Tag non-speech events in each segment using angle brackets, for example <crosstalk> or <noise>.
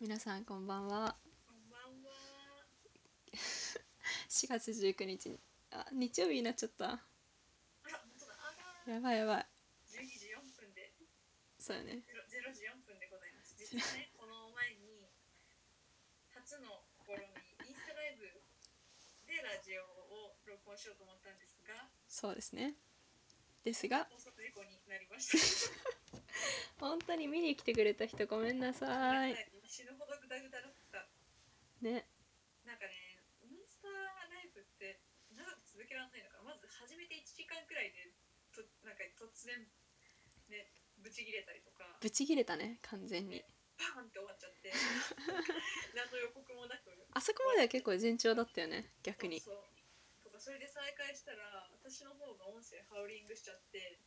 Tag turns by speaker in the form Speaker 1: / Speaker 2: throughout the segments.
Speaker 1: 皆さんこんばんは
Speaker 2: こんばんは。
Speaker 1: 4月19日にあ日曜日になっちゃった
Speaker 2: あ、本当だ。あら。
Speaker 1: やばいやばい
Speaker 2: 12時4分で、
Speaker 1: そうよね
Speaker 2: ゼロ0時4分でございます。実はね、この前に、初の試み、インスタライブでラジオを録音しようと思ったんですが、
Speaker 1: そうですねですが
Speaker 2: 放送事故になりました。
Speaker 1: 本当に見に来てくれた人ごめんなさい
Speaker 2: 死ぬほどグダグダだった。
Speaker 1: ね
Speaker 2: なんかね、インスタライブって長く続けられないのかなまず始めて1時間くらいで、となんか突然、ね、ブチ切れたりとか。
Speaker 1: ブチギレたね完全に
Speaker 2: バーンって終わっちゃって
Speaker 1: <laughs>
Speaker 2: 何の予告もなく
Speaker 1: あそこまでは結構順調だったよね逆に
Speaker 2: そうとかそれで再開したら私の方が音声ハウリングしちゃって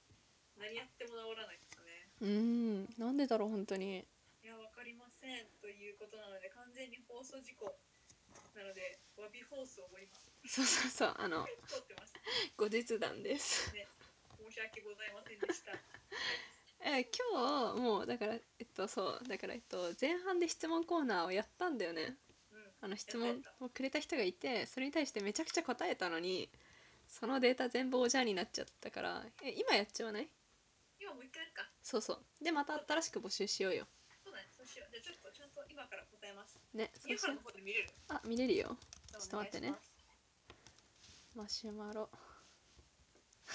Speaker 2: 何やっても治らないですね
Speaker 1: うーんなんでだろう本当に
Speaker 2: いやわかりませんということなので完全に放送事故なので詫び放送を今
Speaker 1: そうそうそうあの
Speaker 2: 撮ってます
Speaker 1: 後日談です <laughs>
Speaker 2: ね申し訳ございませんでした
Speaker 1: え今日もうだからえっとそうだからえっと前半で質問コーナーをやったんだよね
Speaker 2: うん
Speaker 1: あの質
Speaker 2: やっ
Speaker 1: 問
Speaker 2: たやっ
Speaker 1: をくれた人がいてそれに対してめちゃくちゃ答えたのにそのデータ全部おじゃになっちゃったからえ今やっちゃわない
Speaker 2: た今もう一回やるか
Speaker 1: そうそうでまた新しく募集しようよ
Speaker 2: そうだねそうしようじゃあちょっとちゃんと今から答えます
Speaker 1: ねそ
Speaker 2: 家
Speaker 1: うし
Speaker 2: から
Speaker 1: よう
Speaker 2: の方で見れる
Speaker 1: あ見れるよ
Speaker 2: ち
Speaker 1: ちょっと待ってねマシュマロ <laughs>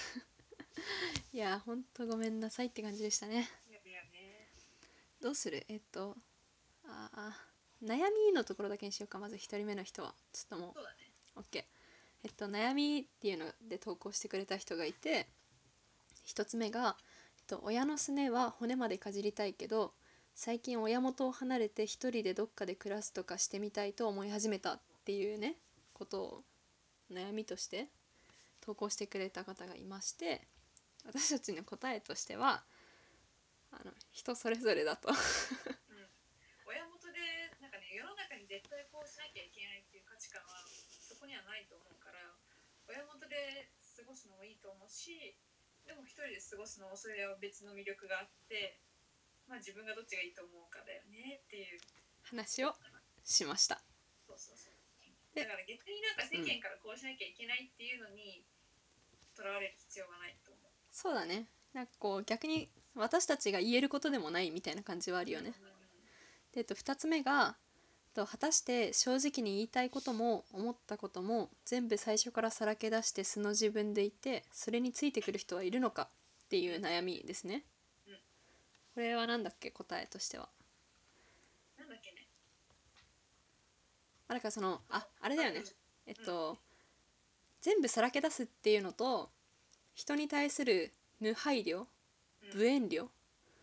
Speaker 1: いやーほんとごめんなさいって感じでしたね
Speaker 2: いやいやね
Speaker 1: どうするえっとああ悩みのところだけにしようかまず1人目の人はちょっとも
Speaker 2: そうだね
Speaker 1: う OK えっと悩みっていうので投稿してくれた人がいて1つ目が、えっと「親のすねは骨までかじりたいけど最近親元を離れて1人でどっかで暮らすとかしてみたいと思い始めた」っていうねことを悩みとして投稿してくれた方がいまして私たちの答えとしてはあの人それぞれだと。 <laughs>
Speaker 2: うん親元でなんかね世の中に絶対こうしなきゃいけないっていう価値観はそこにはないと思うから親元で過ごすのもいいと思うしでも一人で過ごすのもそれは別の魅力があってまあ自分がどっちがいいと思うかだよねっていう
Speaker 1: 話をしました
Speaker 2: そうそうそう
Speaker 1: で
Speaker 2: だから逆になんか世間からこうしなきゃいけないっていうのにとらわれる必要がないと思う。
Speaker 1: そうだねなんかこう逆に私たちが言えることでもないみたいな感じはあるよね
Speaker 2: うん
Speaker 1: で、えっと、2つ目がえっと果たして正直に言いたいことも思ったことも全部最初からさらけ出して素の自分でいてそれについてくる人はいるのかっていう悩みですね
Speaker 2: うん
Speaker 1: これは何だっけ答えとしては
Speaker 2: なんだっけね
Speaker 1: あだからそのああれだよねえっと、全部さらけ出すっていうのと人に対する無配慮
Speaker 2: うん
Speaker 1: 無遠慮っ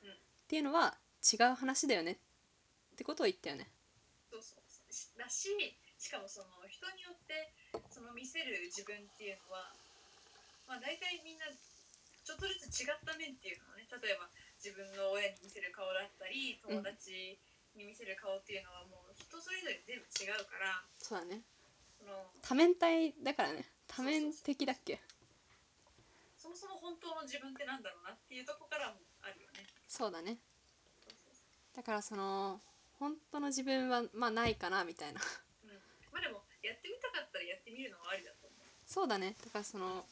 Speaker 2: うん
Speaker 1: ていうのは違う話だよねってことを言ったよね
Speaker 2: そうそうそうしだししかもその人によってその見せる自分っていうのは、まあ、大体みんなちょっとずつ違った面っていうのはね例えば自分の親に見せる顔だったり友達に見せる顔っていうのはもう人それぞれ全部違うから
Speaker 1: そうだね
Speaker 2: その
Speaker 1: 多面体だからね多面的だっけ
Speaker 2: そもそも本当の自分ってなんだろうなっていうとこからもあるよね。
Speaker 1: そうだね
Speaker 2: そうそうそう
Speaker 1: だからその本当の自分はまあないかなみたいな <laughs>
Speaker 2: うん、まあでもやってみたかったらやってみるのはありだと思う。
Speaker 1: そうだねだからその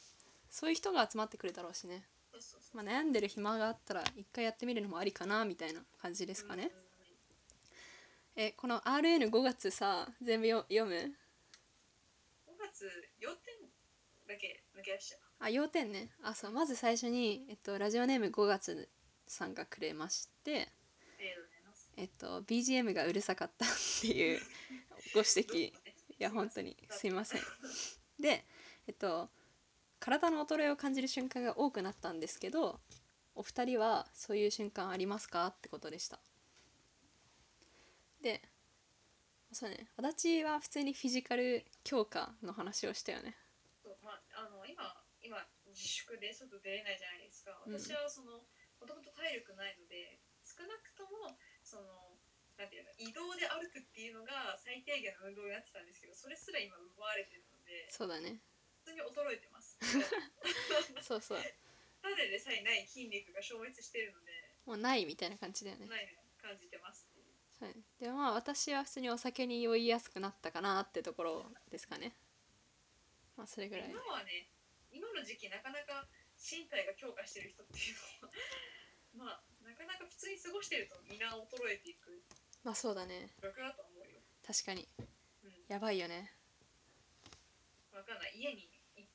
Speaker 1: そういう人が集まってくるだろうしね、
Speaker 2: そうそうそう
Speaker 1: まあ、悩んでる暇があったら一回やってみるのもありかなみたいな感じですかね、
Speaker 2: うんうんうん
Speaker 1: えこの RN5 月さ全部よ読む
Speaker 2: 5月要点だけ抜け出しちゃう
Speaker 1: あ要点ねあそうまず最初に、えっと、ラジオネーム5月さんがくれまして、
Speaker 2: ありがとうございます
Speaker 1: えっと、BGM がうるさかったっていうご指摘いや本当にすいませんでえっと体の衰えを感じる瞬間が多くなったんですけどお二人はそういう瞬間ありますかってことでしたでそうね足立は普通にフィジカル強化の話をしたよね
Speaker 2: そうまああの今今自粛で外出れないじゃないですか
Speaker 1: うん
Speaker 2: 私はそのもともと体力ないので少なくともそのなんていうの移動で歩くっていうのが最低限の運動になってたんですけどそれすら今奪われてるので
Speaker 1: そうだね
Speaker 2: 普通に衰えてます
Speaker 1: そうそう
Speaker 2: ただでさえない筋肉が消滅してるので
Speaker 1: もうないみたいな感じだよね
Speaker 2: ないのを感じてますっていう
Speaker 1: はい、でまあ私は普通にお酒に酔いやすくなったかなってところですかねまあそれぐらい
Speaker 2: 今はね今の時期なかなか身体が強化してる人っていうのは <laughs> まあなかなか普通に過ごしてると皆衰えていく
Speaker 1: まあそうだね
Speaker 2: 状況だと思うよ、
Speaker 1: 確かに
Speaker 2: うん、
Speaker 1: やばいよね
Speaker 2: わかんない家にい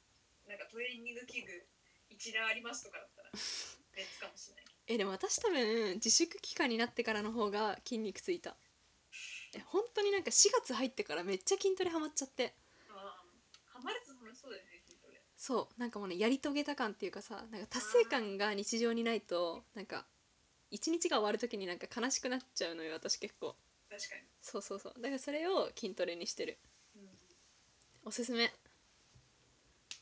Speaker 2: なんかトレーニング器具一覧ありますとかだったら別かもしれない
Speaker 1: えでも私多分自粛期間になってからの方が筋肉ついたえ本当になんか4月入ってからめっちゃ筋トレハマっちゃって
Speaker 2: ああハマると楽しそうだよね筋トレ
Speaker 1: そうなんかもうねやり遂げた感っていうかさなんか達成感が日常にないとなんか一日が終わる時になんか悲しくなっちゃうのよ私結構
Speaker 2: 確かに
Speaker 1: そうそうそうだからそれを筋トレにしてる
Speaker 2: うん
Speaker 1: おすすめ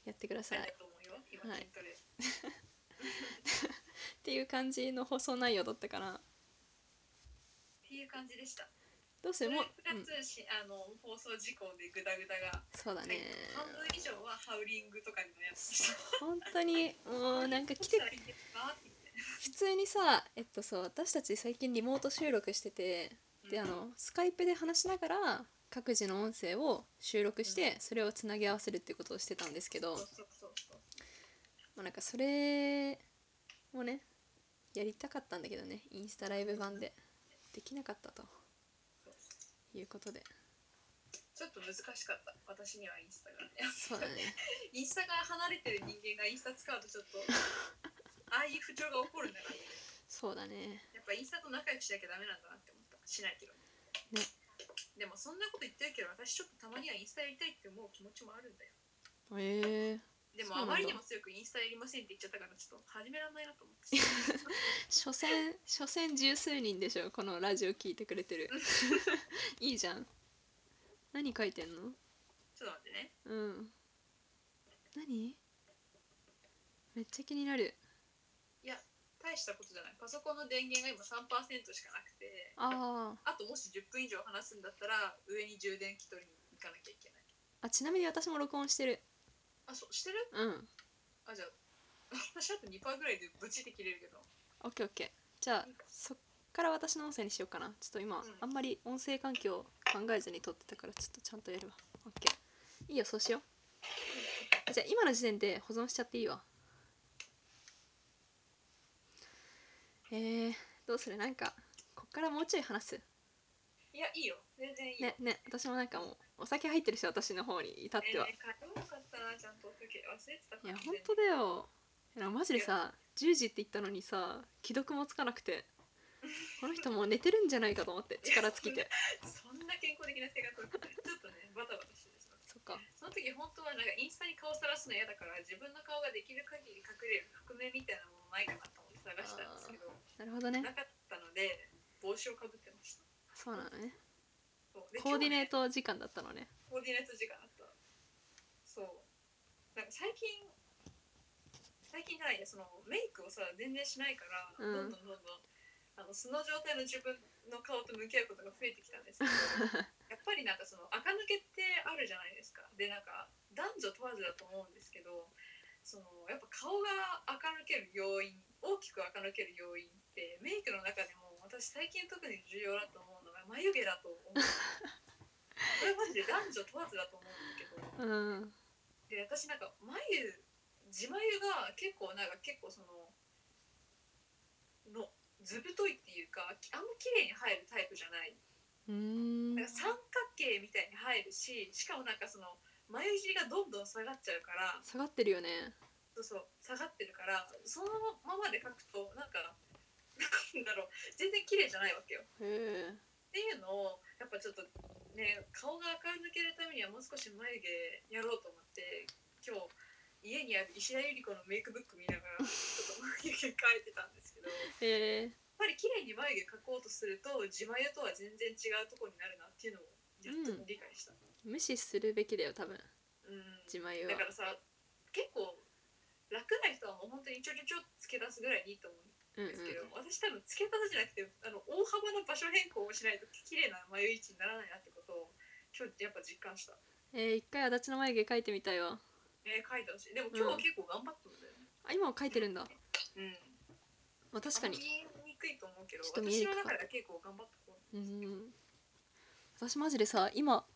Speaker 1: やってください
Speaker 2: あ
Speaker 1: っ
Speaker 2: れだと思うよ今
Speaker 1: はい
Speaker 2: 筋トレ、
Speaker 1: ていう感じの放送内容だったかな
Speaker 2: っていう感じでした
Speaker 1: どうす
Speaker 2: そ
Speaker 1: る
Speaker 2: れ
Speaker 1: もう、
Speaker 2: プラ
Speaker 1: うん、
Speaker 2: スし、あの放送事項でグダグダが
Speaker 1: そうだね
Speaker 2: 半分以上はハウリングとかに悩む
Speaker 1: 本当にうんなんか来て普通にさえっとそう私たち最近リモート収録しててであのスカイプで話しながら各自の音声を収録してそれをつなぎ合わせるっていうことをしてたんですけど、
Speaker 2: そう
Speaker 1: ま
Speaker 2: そうそうそう
Speaker 1: あ、なんかそれもねやりたかったんだけどねインスタライブ版でできなかったと
Speaker 2: そう
Speaker 1: いうことで
Speaker 2: ちょっと難しかった私にはインスタが <laughs> ね
Speaker 1: そうだね
Speaker 2: インスタが離れてる人間がインスタ使うとちょっと <laughs> ああいう不調が起こるんだなって
Speaker 1: そうだね
Speaker 2: やっぱインスタと仲良くしなきゃダメなんだなって思ったしないけど
Speaker 1: ね
Speaker 2: でもそんなこと言ってるけど私ちょっとたまにはインスタやりたいって思う気持ちもあるんだよ
Speaker 1: へえ
Speaker 2: でも
Speaker 1: そ
Speaker 2: あ
Speaker 1: うなんだ
Speaker 2: まりにも強くインスタやりませんって言っちゃったからちょっと始めらんないなと思って
Speaker 1: 所詮所詮十数人でしょこのラジオ聞いてくれてるいいじゃん何書いてんの
Speaker 2: ちょっと待ってね
Speaker 1: うん何めっちゃ気になる
Speaker 2: 大したことじゃないパソコンの電源が今3%しかなくて
Speaker 1: あー
Speaker 2: あともし10分以上話すんだったら上に充電器取りに行かなきゃいけない
Speaker 1: あちなみに私も録音してる
Speaker 2: あそうしてる
Speaker 1: うん
Speaker 2: あじゃあ私あと2%ぐら <laughs> いでブチって切れるけど
Speaker 1: オッケーオッケーじゃあそっから私の音声にしようかなちょっと今、
Speaker 2: うん
Speaker 1: あんまり音声環境考えずに撮ってたからちょっとちゃんとやるわオッケーいいよそうしようあじゃあ今の時点で保存しちゃっていいわえー、どうするなんかこっからもうちょい話す
Speaker 2: いやいいよ全然いいよ、
Speaker 1: ねね私もなんかもうお酒入ってるし私の方に至っては
Speaker 2: えー、帰ろうかったなちゃんとお酒忘れてた
Speaker 1: い
Speaker 2: か
Speaker 1: や
Speaker 2: ら
Speaker 1: 本当だよいやマジでさ10時って言ったのにさ既読もつかなくてこの人もう寝てるんじゃないかと思って力尽きて
Speaker 2: そんな健康的な生活を送ってるちょっとねバタバタしてしまって
Speaker 1: そっか
Speaker 2: その時本当はなんかインスタに顔さらすの嫌だから自分の顔ができる限り隠れる革命みたいなものないかなと思って探したんですけど
Speaker 1: なるほどね
Speaker 2: なかったので帽子をかぶってました
Speaker 1: そうなのね
Speaker 2: そうで
Speaker 1: コーディネ
Speaker 2: 今日ね
Speaker 1: ート時間だったのね
Speaker 2: コーディネート時間あったそうなんか最近最近じゃないやそのメイクをさ全然しないから、どん
Speaker 1: うん
Speaker 2: どんどんどんあの素の状態の自分の顔と向き合うことが増えてきたんですけど
Speaker 1: <laughs>
Speaker 2: やっぱりなんかその垢抜けってあるじゃないですかでなんか男女問わずだと思うんですけどそのやっぱ顔が垢抜ける要因大きく垢抜ける要因ってメイクの中でも私最近特に重要だと思うのが眉毛だと思うこれマジで男女問わずだと思うんだけど
Speaker 1: うん
Speaker 2: で私なんか眉自眉が結構なんか結構そののずぶといっていうかあんま綺麗に入るタイプじゃない
Speaker 1: うん
Speaker 2: なんか三角形みたいに入るししかもなんかその眉尻がどんどん下がっちゃうから
Speaker 1: 下がってるよね
Speaker 2: そうそう下がってるからそのままで描くとなんかなんだろう全然綺麗じゃないわけよ。
Speaker 1: へえ
Speaker 2: っていうのをやっぱちょっとね顔が明る抜けるためにはもう少し眉毛やろうと思って今日家にある石田ゆり子のメイクブック見ながらちょっと眉毛描いてたんですけどやっ
Speaker 1: へえ
Speaker 2: ぱり綺麗に眉毛描こうとすると自眉とは全然違うところになるなっていうのをやっと理解した。
Speaker 1: 無視するべきだよ多分
Speaker 2: うん
Speaker 1: 自前は
Speaker 2: だからさ結構楽な人はもう本当にちょちょちょつけ出すぐらいでいいと思うん
Speaker 1: うんうん
Speaker 2: ですけど、私多分つけ出すじゃなくてあの大幅な場所変更をしないと綺麗な眉位置にならないなってことを今日やっぱ実感した。
Speaker 1: えー、一回足立の眉毛描いてみたいわ
Speaker 2: えー、書いてほしい。でも今日は結構頑張ったんだよね。
Speaker 1: あ今も描いてるんだ
Speaker 2: うん。
Speaker 1: まあ確かに
Speaker 2: あんま見えにくいと思うけど、
Speaker 1: ちょっと見
Speaker 2: 私
Speaker 1: えに
Speaker 2: の
Speaker 1: くかった
Speaker 2: 中では結構頑張った方だ
Speaker 1: うん私マジでさ今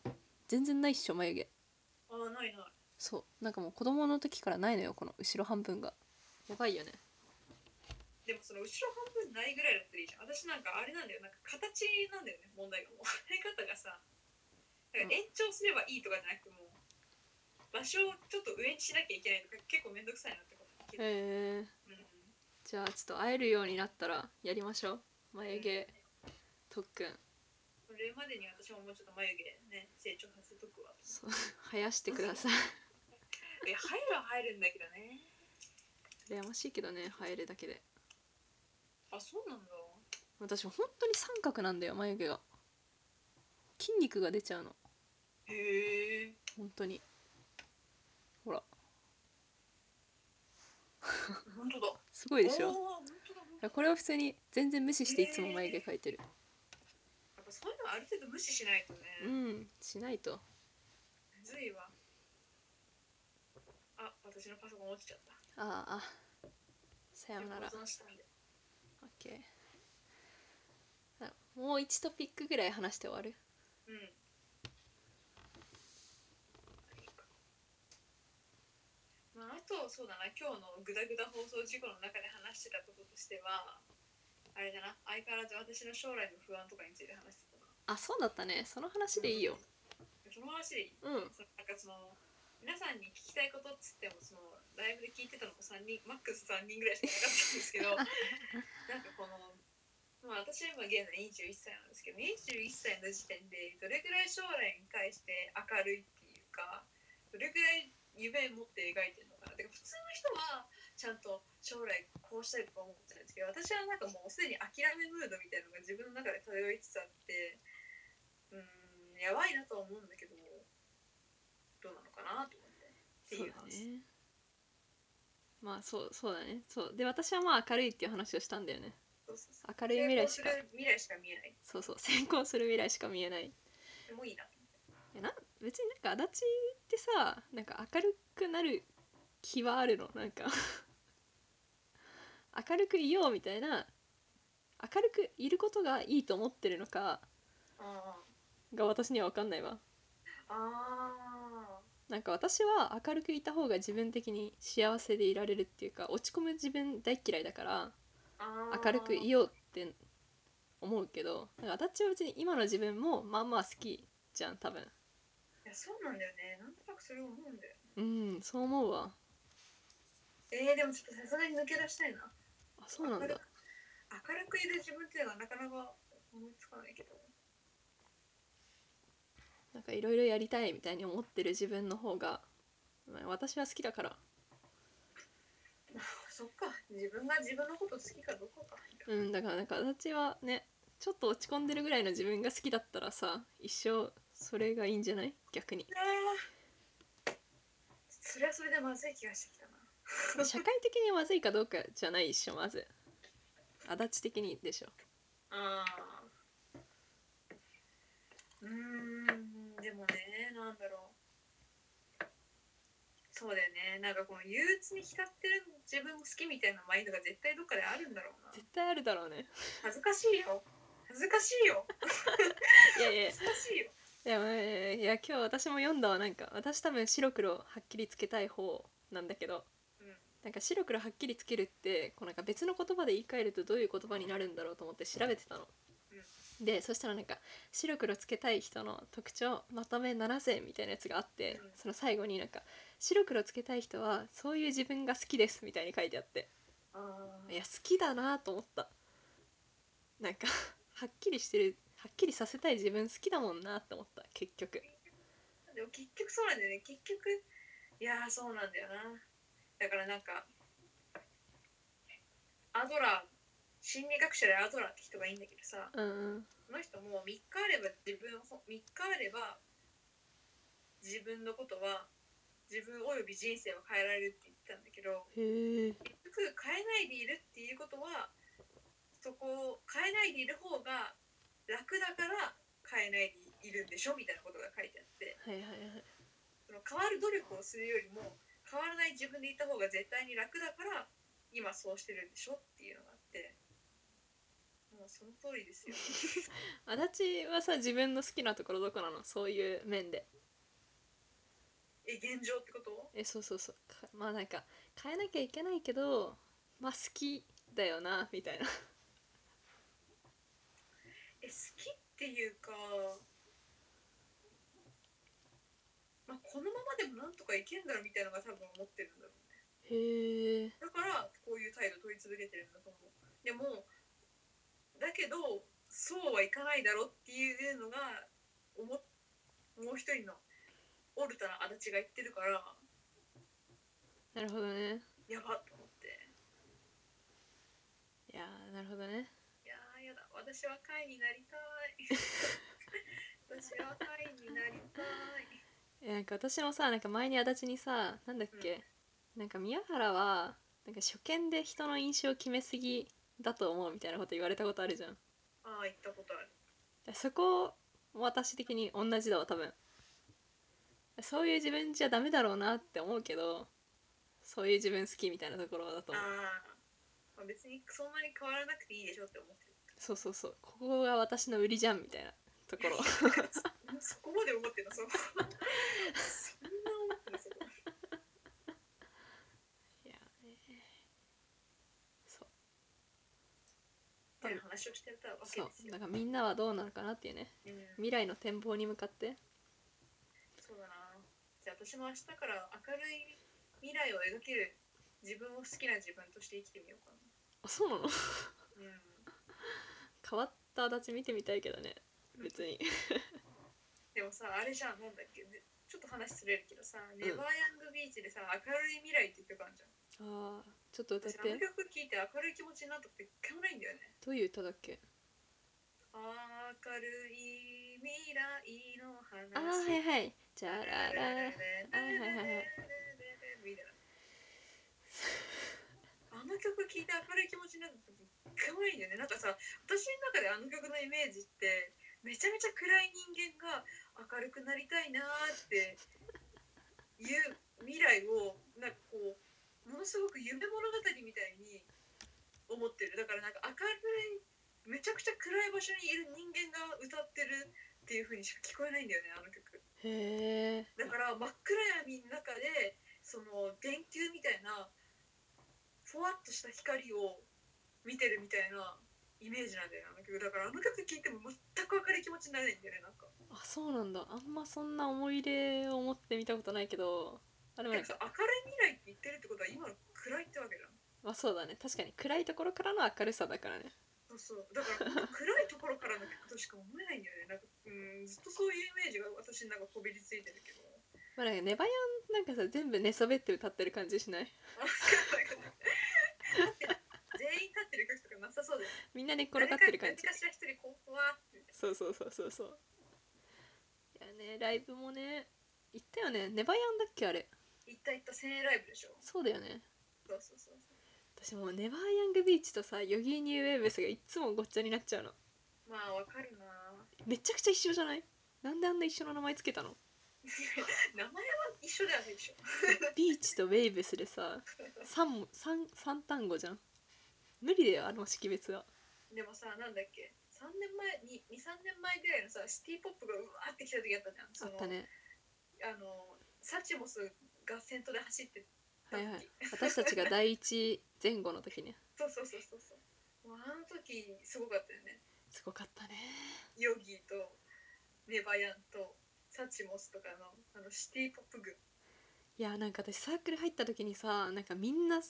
Speaker 1: 全然ないっしょ眉毛
Speaker 2: ああないない
Speaker 1: そうなんかもう子供の時からないのよこの後ろ半分がやばいよね
Speaker 2: でもその後ろ半分ないぐらいだったらいいじゃん私なんかあれなんだよなんか形なんだよね問題がもう <laughs> 生え方がさなんか延長すればいいとかじゃなくもう場所をちょっと上にしなきゃいけないとか結構めんどくさいなってことに気づい
Speaker 1: へえ
Speaker 2: たうん
Speaker 1: じゃあちょっと会えるようになったらやりましょう眉毛特訓
Speaker 2: それまでに私ももうちょっと眉毛ね成長させとくわ
Speaker 1: そう <laughs> 生やしてくだ
Speaker 2: <laughs>
Speaker 1: さい
Speaker 2: え入るは入るんだけどね
Speaker 1: 羨ましいけどね生えるだけで
Speaker 2: あそうなんだ
Speaker 1: 私本当に三角なんだよ眉毛が筋肉が出ちゃうの
Speaker 2: へえ
Speaker 1: 本当にほら
Speaker 2: 本当だ
Speaker 1: すごいでし
Speaker 2: おー
Speaker 1: ょ
Speaker 2: 本当だ本当だ
Speaker 1: これを普通に全然無視していつも眉毛描いてる
Speaker 2: やっぱそういうのはある程度無視しないとね、
Speaker 1: うんしないと
Speaker 2: むずいわあ私のパソコン落ちちゃった
Speaker 1: あああさようなら
Speaker 2: 保存したんで
Speaker 1: OK あもう1トピックぐらい話して終わる
Speaker 2: うんまあ、あとそうだな今日のグダグダ放送事故の中で話してたこととしてはあれだな相変わらず私の将来の不安とかについて話してたな
Speaker 1: あそうだったねその話でいいよ
Speaker 2: その話でいい
Speaker 1: うん
Speaker 2: そのなんかその皆さんに聞きたいことっつってもそのライブで聞いてたのも3人マックス3人ぐらいしかなかったんですけどなんかこの、まあ、私は今現在21歳なんですけど21歳の時点でどれぐらい将来に対して明るいっていうかどれぐらい夢持って描いてるのかなてか普通の人はちゃんと将来こうしたいとか思ってるんですけど私はなんかもうすでに諦めムードみたいなのが自分の中で漂いつつあってうーんやばいなとは思うんだけどどうなのかなと思ってってい
Speaker 1: そう
Speaker 2: う
Speaker 1: だ
Speaker 2: 話。
Speaker 1: ねまあそうそうだねそうで私はまあ明るいっていう話をしたんだよね
Speaker 2: そうそうそう
Speaker 1: 明るい未来し
Speaker 2: 成
Speaker 1: か
Speaker 2: 功する未来しか見えない。
Speaker 1: そうそう先行する未来しか見えないい
Speaker 2: でもいいな。
Speaker 1: やなん別になんか足立ってさなんか明るくなる気はあるのなんか <laughs> 明るくいようみたいな明るくいることがいいと思ってるのか
Speaker 2: あ
Speaker 1: が私には分かんないわ
Speaker 2: あ。ああ。
Speaker 1: なんか私は明るくいた方が自分的に幸せでいられるっていうか落ち込む自分大っ嫌いだから
Speaker 2: あー
Speaker 1: 明るくいようって思うけどなんか私は別に今の自分もまあまあ好きじゃん多分
Speaker 2: いやそうなんだよねなんとなくそれ思うんだよ
Speaker 1: うんそう思うわ
Speaker 2: えー、でもちょっとさすがに抜け出したいな
Speaker 1: あそうなんだ
Speaker 2: 明るくいる自分っていうのはなかなか思いつかないけど
Speaker 1: なんかいろいろやりたいみたいに思ってる自分の方がまあ私は好きだから
Speaker 2: そっか自分が自分のこと好きかどうかか
Speaker 1: うんだからなんか私はねちょっと落ち込んでるぐらいの自分が好きだったらさ一生それがいいんじゃない逆に
Speaker 2: あーそれはそれでまずい気がしてきたな
Speaker 1: 社会的にまずいかどうかじゃないっしょまず足立的にでしょ
Speaker 2: ああうーんでもねなんだろうそうだよねなんかこの憂鬱に浸ってる自分好きみたいなマインドが絶対どっかであるんだろうな
Speaker 1: 絶対あるだろうね
Speaker 2: 恥ずかしいよ恥ずかしいよ
Speaker 1: いやいや
Speaker 2: 恥ずかしいよ
Speaker 1: いやまあいやいや今日私も読んだわなんか私多分白黒はっきりつけたい方なんだけど
Speaker 2: うん
Speaker 1: なんか白黒はっきりつけるってこうなんか別の言葉で言い換えるとどういう言葉になるんだろうと思って調べてたの。でそしたらなんか白黒つけたい人の特徴まとめ7選みたいなやつがあって
Speaker 2: うん
Speaker 1: その最後になんか「白黒つけたい人はそういう自分が好きです」みたいに書いてあって
Speaker 2: あ
Speaker 1: いや好きだなと思ったなんかはっきりしてるはっきりさせたい自分好きだもんなと思った結局。
Speaker 2: ーでも結局そうなんだよね結局いやーそうなんだよなだからなんかアドラー心理学者でアドラーって人がいいんだけどさ、
Speaker 1: うんうん
Speaker 2: この人も3日あれば自分を3日あれば自分のことは自分および人生を変えられるって言ってたんだけど
Speaker 1: へえ
Speaker 2: 結局変えないでいるっていうことはそこを変えないでいる方が楽だから変えないでいるんでしょみたいなことが書いてあって
Speaker 1: はいはいはい
Speaker 2: その変わる努力をするよりも変わらない自分でいた方が絶対に楽だから今そうしてるんでしょっていうのがあってもうその通りですよ。
Speaker 1: 足立はさ自分の好きなところどこなのそういう面で
Speaker 2: え、現状ってこと
Speaker 1: えそうそうそうかまあなんか変えなきゃいけないけどまあ好きだよなみたいな
Speaker 2: え、好きっていうか、まあ、このままでもなんとかいけんだろみたいなのが多分思ってるんだろうね。
Speaker 1: へえ
Speaker 2: だから、こういう態度取り続けてるんだと思う。でも、だけど、そうはいかないだろっていうのが、思っもう一人のオルタな足立が言ってるから、
Speaker 1: なるほどね
Speaker 2: やばっと思って。
Speaker 1: いやーなるほどね
Speaker 2: いやーやだ私は会になりたい私は会になりたい
Speaker 1: えなんか私もさなんか前に足立にさなんだっけ、なんか宮原はなんか初見で人の印象を決めすぎだと思うみたいなこと言われたことあるじゃん
Speaker 2: ああ行ったことある
Speaker 1: だそこも私的に同じだわ多分そういう自分じゃダメだろうなって思うけどそういう自分好きみたいなところだと思う
Speaker 2: ああ、まあ、別にそんなに変わらなくていいでしょって思ってる
Speaker 1: そうそうそうここが私の売りじゃんみたいなと <laughs> ころ
Speaker 2: そこまで思ってるの
Speaker 1: <laughs>
Speaker 2: そこそんな思ってるそこ
Speaker 1: いやねそう
Speaker 2: みたいな話をしてたわけ
Speaker 1: そ
Speaker 2: です
Speaker 1: う
Speaker 2: よ
Speaker 1: だからみんなはどうなのかなっていうね
Speaker 2: うん、
Speaker 1: 未来の展望に向かって
Speaker 2: そうだなじゃあ私も明日から明るい未来を描ける自分を好きな自分として生きてみようか
Speaker 1: あそうなの
Speaker 2: なうん
Speaker 1: 変わった足立見てみたいけどね別に
Speaker 2: でもさあれじゃんなんだっけでちょっと話すれるけどさ「ネバーヤングビーチ」でさ「明るい未来」っていう曲あるじゃん
Speaker 1: ああちょっと歌っ
Speaker 2: 私あの
Speaker 1: て
Speaker 2: 曲聴いて明るい気持ちになったこと一回もないんだよね
Speaker 1: どういう歌だっけ
Speaker 2: 明るい未来の話
Speaker 1: ああはいはいじゃららら
Speaker 2: はいはいはいはいみたいなあの曲聴いて明るい気持ちになるってかわいいよねなんかさ私の中であの曲のイメージってめちゃめちゃ暗い人間が明るくなりたいなーっていう未来をなんかこうものすごく夢物語みたいに思ってるだからなんか明るいめちゃくちゃ暗い場所にいる人間が歌ってるっていう風にしか聞こえないんだよねあの曲。
Speaker 1: へえ
Speaker 2: だから真っ暗闇の中でその電球みたいなふわっとした光を見てるみたいなイメージなんだよねあの曲だからあの曲聴いても全く明るい気持ちになれないんだよねなんか
Speaker 1: あそうなんだあんまそんな思い入れを持って見たことないけどあでも
Speaker 2: で
Speaker 1: な
Speaker 2: も
Speaker 1: ん
Speaker 2: さ
Speaker 1: か
Speaker 2: 明るい未来って言ってるってことは今の暗いってわけじゃん
Speaker 1: まあそうだね確かに暗いところからの明るさだからね
Speaker 2: そうそうだから暗いところからの曲としか思えないんだよねなんかうんずっとそういうイメージが私の中こびりついてる
Speaker 1: <laughs>
Speaker 2: けど
Speaker 1: まあなんかネバヤンなんかさ全部寝そべって歌ってる感じしない
Speaker 2: あなんかなんか全員立ってる曲とかなさそうだよね
Speaker 1: みんな寝っ転がってる感じ
Speaker 2: 誰かしら一人こうふわーって
Speaker 1: そうそうそうそうそういやねライブもね行ったよねネバヤンだっけあれ
Speaker 2: 行った行った千円ライブでしょ
Speaker 1: そうだよね
Speaker 2: そうそうそうそう
Speaker 1: 私もうネバーヤングビーチとさヨギーニューウェーブスがいっつもごっちゃになっちゃうの
Speaker 2: まあわかるな <laughs>
Speaker 1: めちゃくちゃ一緒じゃないなんであんな一緒の名前つけたの
Speaker 2: 名前は一緒ではないでしょ
Speaker 1: ビーチとウェーブスでさ 3, 三三単語じゃん無理だよあの識別は
Speaker 2: でもさなんだっけ3年前に23年前ぐらいのさシティ・ポップがうわーって来た時あったじゃん
Speaker 1: あ
Speaker 2: その
Speaker 1: ったね
Speaker 2: あのサチモスが先頭で走ってった
Speaker 1: は
Speaker 2: 時
Speaker 1: いはい私たちが第一前後の時ね
Speaker 2: そうそうそうそうそうもうあの時すごかったよね
Speaker 1: すごかったね
Speaker 2: ヨギーとネバヤンとサチモスとかのあのシティ・ポップ軍
Speaker 1: いやなんか私サークル入った時にさなんかみんなシ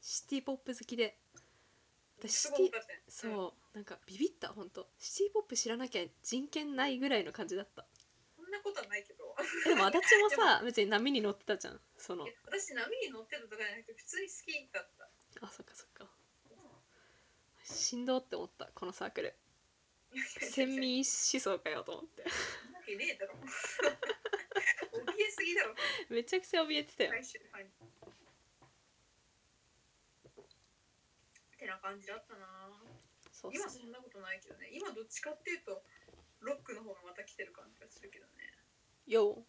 Speaker 1: シティポップ好きです
Speaker 2: ごい多かったよね
Speaker 1: そ
Speaker 2: うん
Speaker 1: うなんかビビったほんとシティポップ知らなきゃ人権ないぐらいの感じだった
Speaker 2: そんなことはないけど
Speaker 1: えでも足
Speaker 2: <laughs>
Speaker 1: 立もさ別に波に乗ってたじゃんその
Speaker 2: いや私波に乗ってたとかじゃなくて普通に好きだった
Speaker 1: あそっかそっかしんどって思ったこのサークル
Speaker 2: い
Speaker 1: 先
Speaker 2: やいやいや
Speaker 1: 民思想かよと思って
Speaker 2: そんなわけねえだろ
Speaker 1: <laughs>
Speaker 2: 怯えすぎだろ
Speaker 1: めちゃくちゃ怯えてたよ
Speaker 2: 最終班にてな感じだったな
Speaker 1: そう
Speaker 2: 今
Speaker 1: そう
Speaker 2: そんなことないけどね今どっちかっていうとロックの方がまた来てる感じがするけどね
Speaker 1: よう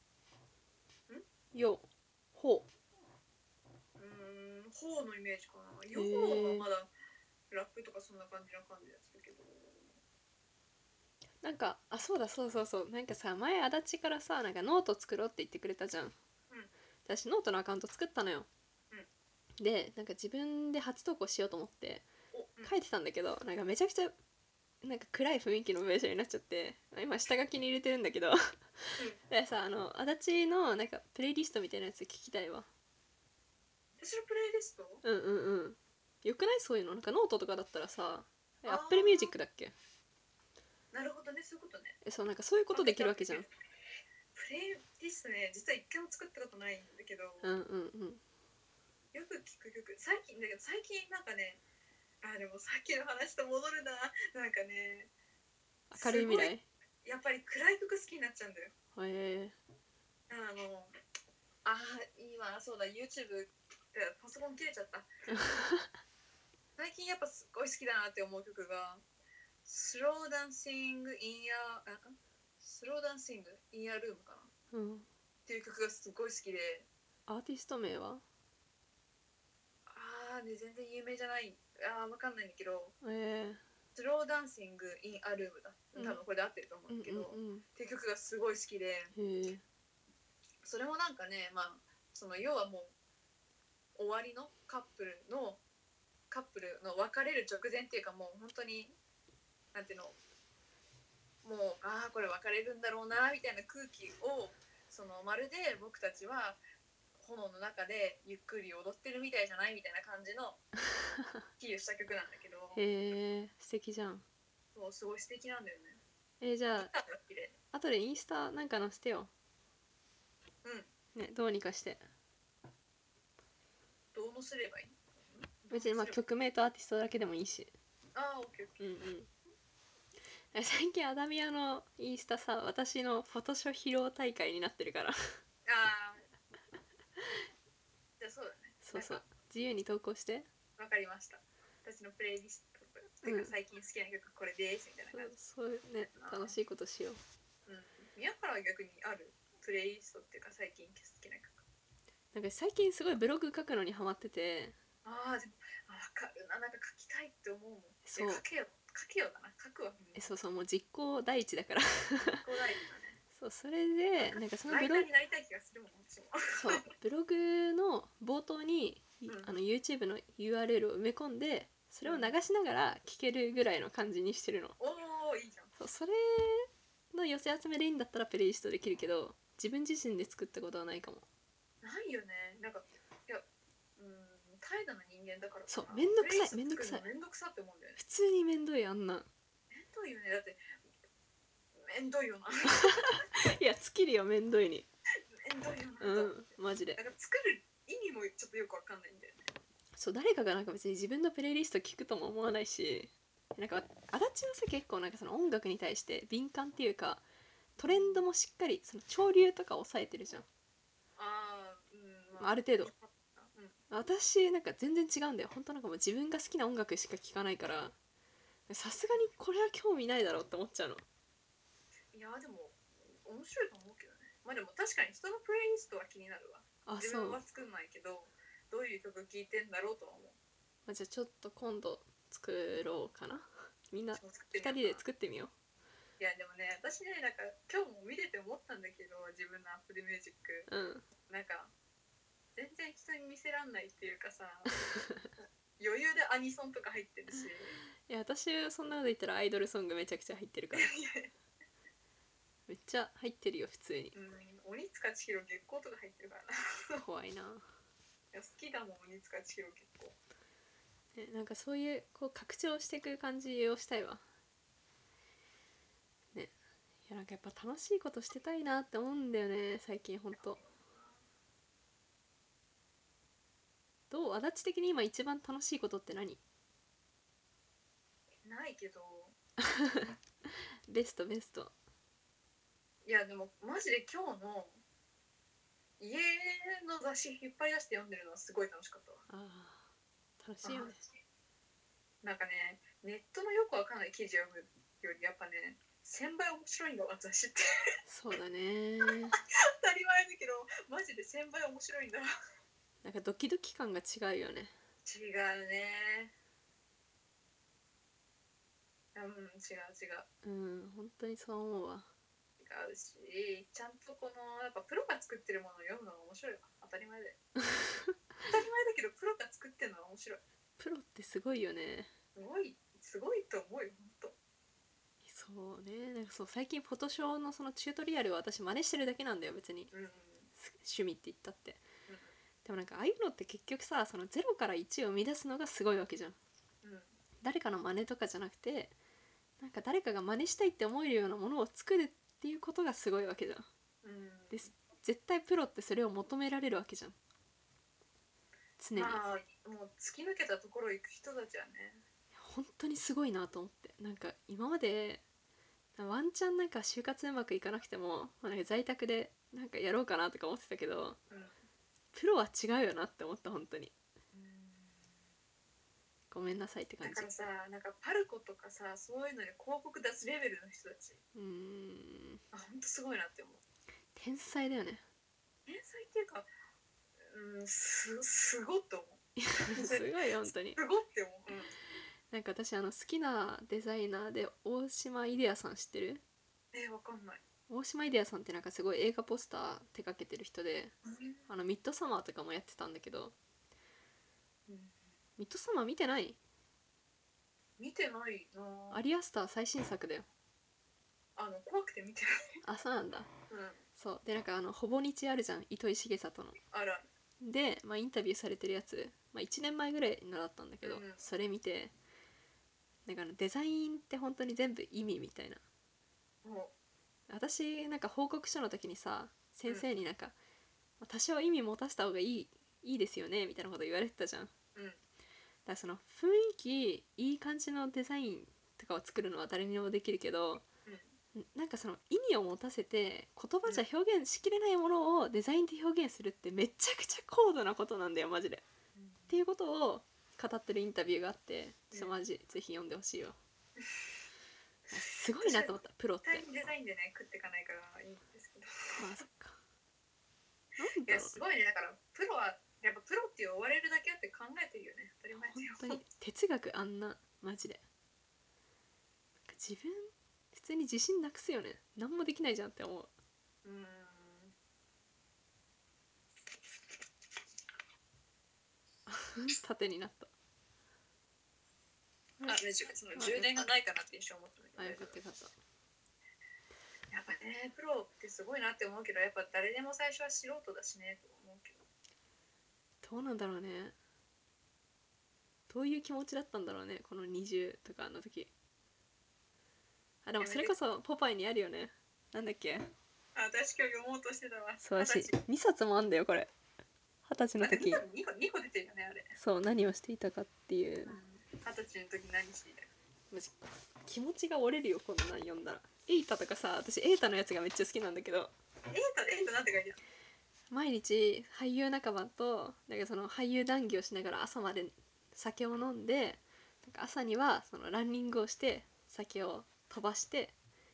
Speaker 1: ようほう
Speaker 2: うーん、方のイメージかな。
Speaker 1: ー
Speaker 2: 予報はまだラップとかそんな感じな感じだったけど
Speaker 1: なんかあそうだそうそうそうなんかさ前足立からさなんかノート作ろうって言ってくれたじゃん、私ノートのアカウント作ったのよ、でなんか自分で初投稿しようと思って
Speaker 2: お、うん、
Speaker 1: 書いてたんだけどなんかめちゃくちゃなんか暗い雰囲気の文章になっちゃって今下書きに入れてるんだけどでさあの足立のなんかプレイリストみたいなやつ聞きたいわ
Speaker 2: 私のプレイリスト
Speaker 1: うんうんうんよくないそういうのなんかノートとかだったらさえ
Speaker 2: あー
Speaker 1: Apple Music だっけ
Speaker 2: なるほどねそういうことね
Speaker 1: えそうなんかそういうことできるわけじゃん
Speaker 2: プレイリストね実は一回も作ったことないんだけど、
Speaker 1: うんうんうん
Speaker 2: よく聞く曲最近だけど最近なんかねあでもさっきの話と戻るななんかね
Speaker 1: 明るい未来へ
Speaker 2: やっぱり暗い曲好きになっちゃうんだよ
Speaker 1: え
Speaker 2: あのあー今そうだ YouTube でパソコン切れちゃ
Speaker 1: <laughs>
Speaker 2: った最近やっぱすっごい好きだなって思う曲が「スローダンシング・イン・ヤー」スローダンシング・イン・ヤー・ルームかなっ
Speaker 1: うん
Speaker 2: ていう曲がすっごい好きで
Speaker 1: アーティスト名は
Speaker 2: ああね全然有名じゃないあーわかんないんだけど
Speaker 1: え
Speaker 2: 「スローダンシング・イン・アルームだ」
Speaker 1: うん
Speaker 2: 多分これで合ってると思
Speaker 1: えう
Speaker 2: うんんだけど、っ
Speaker 1: うん
Speaker 2: ていう曲がすごい好きで
Speaker 1: うんへえ
Speaker 2: それもなんかねまあその要はもう終わりのカップルのカップルの別れる直前っていうかもう本当になんていうのもうああこれ別れるんだろうなみたいな空気をそのまるで僕たちは炎の中でゆっくり踊ってるみたいじゃないみたいな感じの比喩した曲なんだけど
Speaker 1: へえ素敵じゃん
Speaker 2: そうすごい素敵なんだよね。
Speaker 1: えーじゃあ
Speaker 2: 歌が綺麗
Speaker 1: 後でインスタなんか載せてよ
Speaker 2: うん
Speaker 1: ねどうにかして
Speaker 2: どうもすればいい
Speaker 1: 別にまあ曲名とアーティストだけでもいいし
Speaker 2: ああオッケーオッケ
Speaker 1: うん
Speaker 2: ー
Speaker 1: うんえ最近アダミアのインスタさ私のフォトショー披露大会になってる <laughs> から
Speaker 2: ああじゃあそうだね
Speaker 1: そうそう自由に投稿して
Speaker 2: わかりました。私のプレイリストとか、て
Speaker 1: うん
Speaker 2: か最近好きな曲これですみたいな
Speaker 1: そう
Speaker 2: 感じ。
Speaker 1: そうね楽しいことしよう
Speaker 2: うん。宮原は逆にあるプレイリストっていうか最近好きな曲。
Speaker 1: なんか最近すごいブログ書くのにハマってて
Speaker 2: ああでもあわかるななんか書きたいって思うもん。
Speaker 1: そう
Speaker 2: で書けよ書けよだな書くわ。
Speaker 1: え
Speaker 2: え
Speaker 1: そうそうもう実行第一だから <laughs>
Speaker 2: こだいだね。
Speaker 1: そうそれでなんかその
Speaker 2: ラ
Speaker 1: ブ
Speaker 2: イ
Speaker 1: ロ
Speaker 2: ター
Speaker 1: グ
Speaker 2: になりたい気がするもん私も。
Speaker 1: そうブログの冒頭に、
Speaker 2: うん
Speaker 1: あの YouTube の URL を埋め込んでそれを流しながら聴けるぐらいの感じにしてるの
Speaker 2: おおいいじゃん。
Speaker 1: そうそれの寄せ集めでいいんだったらプレイリストできるけど自分自身で作ったことはないかも
Speaker 2: ないよねなんかいやうん怠惰な人間だからかな
Speaker 1: そうめんどくさい
Speaker 2: プレイリスト作るの
Speaker 1: めんどくさい
Speaker 2: めんどくさって思うんだよね。
Speaker 1: 普通にめんどいあんなん
Speaker 2: めんどいよねだってめんどいよな。
Speaker 1: <laughs> いや尽きるよめんどいに
Speaker 2: めんどいよな。
Speaker 1: うんマジで
Speaker 2: なんか作る意味もちょっとよくわかんないんだよね。
Speaker 1: そう誰かがなんか別に自分のプレイリスト聞くとも思わないしなんか足立はさ結構なんかその音楽に対して敏感っていうかトレンドもしっかりその潮流とか抑えてるじゃん
Speaker 2: ああ、うん、
Speaker 1: まあある程度
Speaker 2: うん、
Speaker 1: 私なんか全然違うんだよ本当なんかもう自分が好きな音楽しか聴かないからさすがにこれは興味ないだろうって思っちゃうの
Speaker 2: いや、でも、面白いと思うけどね。まあ、でも、確かに人のプレイリストは気になるわ。
Speaker 1: あ
Speaker 2: 自
Speaker 1: そう
Speaker 2: 分は作んないけど、どういう曲聴いてんだろうとは思う。
Speaker 1: まあ、じゃあちょっと今度作ろうかな <laughs> みんな
Speaker 2: 私も作ってみようか
Speaker 1: 2人
Speaker 2: な
Speaker 1: で作ってみよう
Speaker 2: いや、でもね、私ね、なんか、今日も見てて思ったんだけど、自分のアップルミュージック。
Speaker 1: うん
Speaker 2: なんか全然人に見せらんないっていうか
Speaker 1: <laughs>
Speaker 2: さ余裕でアニソンとか入ってる
Speaker 1: <laughs>
Speaker 2: し <laughs>
Speaker 1: いや私そんなこと言ったらアイドルソングめちゃくちゃ入ってるからめっちゃ入ってるよ普通に
Speaker 2: うん鬼塚千尋月光とか入ってるからな <laughs>
Speaker 1: 怖いない
Speaker 2: や好きだもん鬼塚千尋結構
Speaker 1: ねなんかそういうこう拡張していく感じをしたいわねいやなんかやっぱ楽しいことしてたいなって思うんだよね最近ほんとどう足立的に今一番楽しいことって何
Speaker 2: ないけど
Speaker 1: ベストベスト
Speaker 2: いやでもマジで今日の家の雑誌引っ張り出して読んでるのはすごい楽しかったわ
Speaker 1: あー楽しいよね
Speaker 2: なんかねネットのよくわかんない記事読むよりやっぱね1000倍面白いんだわ雑誌って
Speaker 1: そうだね
Speaker 2: 当たり前だけどマジで1000倍面白いんだわ
Speaker 1: なんかドキドキ感が違うよね
Speaker 2: 違うねうん、違う違う。
Speaker 1: うん本当にそう思うわ
Speaker 2: 違うし、ちゃんとこの、やっぱプロが作ってるものを読むのが面白いわ。当たり前
Speaker 1: <laughs>
Speaker 2: で。当たり前だけど、プロが作ってるのは面白い。
Speaker 1: プロってすごいよね
Speaker 2: すごい、すごいと思うよ、ほんと。
Speaker 1: そうねなんかそう最近フォトショーのそのチュートリアルは私真似してるだけなんだよ別に
Speaker 2: うん。うん。
Speaker 1: 趣味って言ったってでもなんかああいうのって結局さその0から1を生み出すのがすごいわけじゃん
Speaker 2: うん。
Speaker 1: 誰かの真似とかじゃなくてなんか誰かが真似したいって思えるようなものを作るっていうことがすごいわけじゃん
Speaker 2: うん。
Speaker 1: です絶対プロってそれを求められるわけじゃん常に
Speaker 2: まあ、もう突き抜けたところ行く人たちはね。
Speaker 1: 本当にすごいなと思ってなんか今までワンチャンなんか就活うまくいかなくても、まあなんか在宅でなんかやろうかなとか思ってたけど
Speaker 2: うん。
Speaker 1: プロは違うよなって思った本当にごめんなさいって感
Speaker 2: だ
Speaker 1: じ
Speaker 2: からさ、なんかパルコとかさ、そういうのに広告出すレベルの人たち、
Speaker 1: うーん
Speaker 2: あ、ほんとすごいなって思う。
Speaker 1: 天才だよ
Speaker 2: <laughs>
Speaker 1: ね
Speaker 2: 天才っていうか、うん、す、すごって思う。
Speaker 1: すごいよ本当に
Speaker 2: すごって思う。うん。
Speaker 1: なんか私あの好きなデザイナーで大島イデアさん知ってる
Speaker 2: えー、わかんない。
Speaker 1: 大島イデアさんってなんかすごい映画ポスター手掛けてる人で
Speaker 2: う
Speaker 1: あのミッドサマーとかもやってたんだけど
Speaker 2: ん。
Speaker 1: ミッドサマー見てない
Speaker 2: 見てないなぁ
Speaker 1: アリアスター最新作だよ
Speaker 2: あの怖くて見て
Speaker 1: あそうなんだ
Speaker 2: ない、うん、
Speaker 1: そうでなんかあのほぼ日あるじゃん糸井重里の
Speaker 2: あるある
Speaker 1: で、まあ、インタビューされてるやつ、まあ、1年前ぐらいのだったんだけど、
Speaker 2: うん
Speaker 1: それ見てなんかあのデザインって本当に全部意味みたいな
Speaker 2: も
Speaker 1: 私なんか報告書の時にさ先生になんか、まあ多少意味持たせた方がいいいいですよねみたいなこと言われてたじゃんだか
Speaker 2: う、うん、
Speaker 1: らその雰囲気いい感じのデザインとかを作るのは誰にでもできるけど、んなんかその意味を持たせて言葉じゃ表現しきれないものをデザインで表現するってめちゃくちゃ高度なことなんだよマジで。っていうことを語ってるインタビューがあってちょっとマジ、ぜひ読んでほしい <laughs> わすごいなと思ったプロって
Speaker 2: タイムデザインでね食っていかないからいいんですけどい
Speaker 1: まあそっかなんだ
Speaker 2: や
Speaker 1: ろ
Speaker 2: すごいねだからプロはやっぱプロって呼ばれるだけあって考えてるよね当たり
Speaker 1: う
Speaker 2: 前だよ
Speaker 1: 本当に哲学あんなマジでなんか自分普通に自信なくすよね何もできないじゃんって思う <laughs>
Speaker 2: うん
Speaker 1: 縦になった
Speaker 2: あ大丈夫その充電がないかなって一瞬思ったんだけど
Speaker 1: あよ
Speaker 2: 大丈
Speaker 1: かったよかった
Speaker 2: 夫やっぱねプロってすごいなって思うけどやっぱ誰でも最初は素人だしねと思うけど
Speaker 1: どうなんだろうねどういう気持ちだったんだろうねこの20とかの時あでもそれこそポパイにあるよねなんだっけ
Speaker 2: あ私今日読もうとしてたわ
Speaker 1: そうらしい
Speaker 2: 私
Speaker 1: 2冊もあんだよこれ二十歳
Speaker 2: な
Speaker 1: の
Speaker 2: んか
Speaker 1: 時
Speaker 2: 2個二個出てるよねあれ
Speaker 1: そう何をしていたかっていう
Speaker 2: 二十歳の時何していたか
Speaker 1: マジ気持ちが折れるよこんなん読んだらエイタとかさ私エイタのやつがめっちゃ好きなんだけど
Speaker 2: エイトエイトなんて書いてある
Speaker 1: 毎日俳優仲間となんかその俳優談義をしながら朝まで酒を飲んでなんか朝にはそのランニングをして酒を飛ばして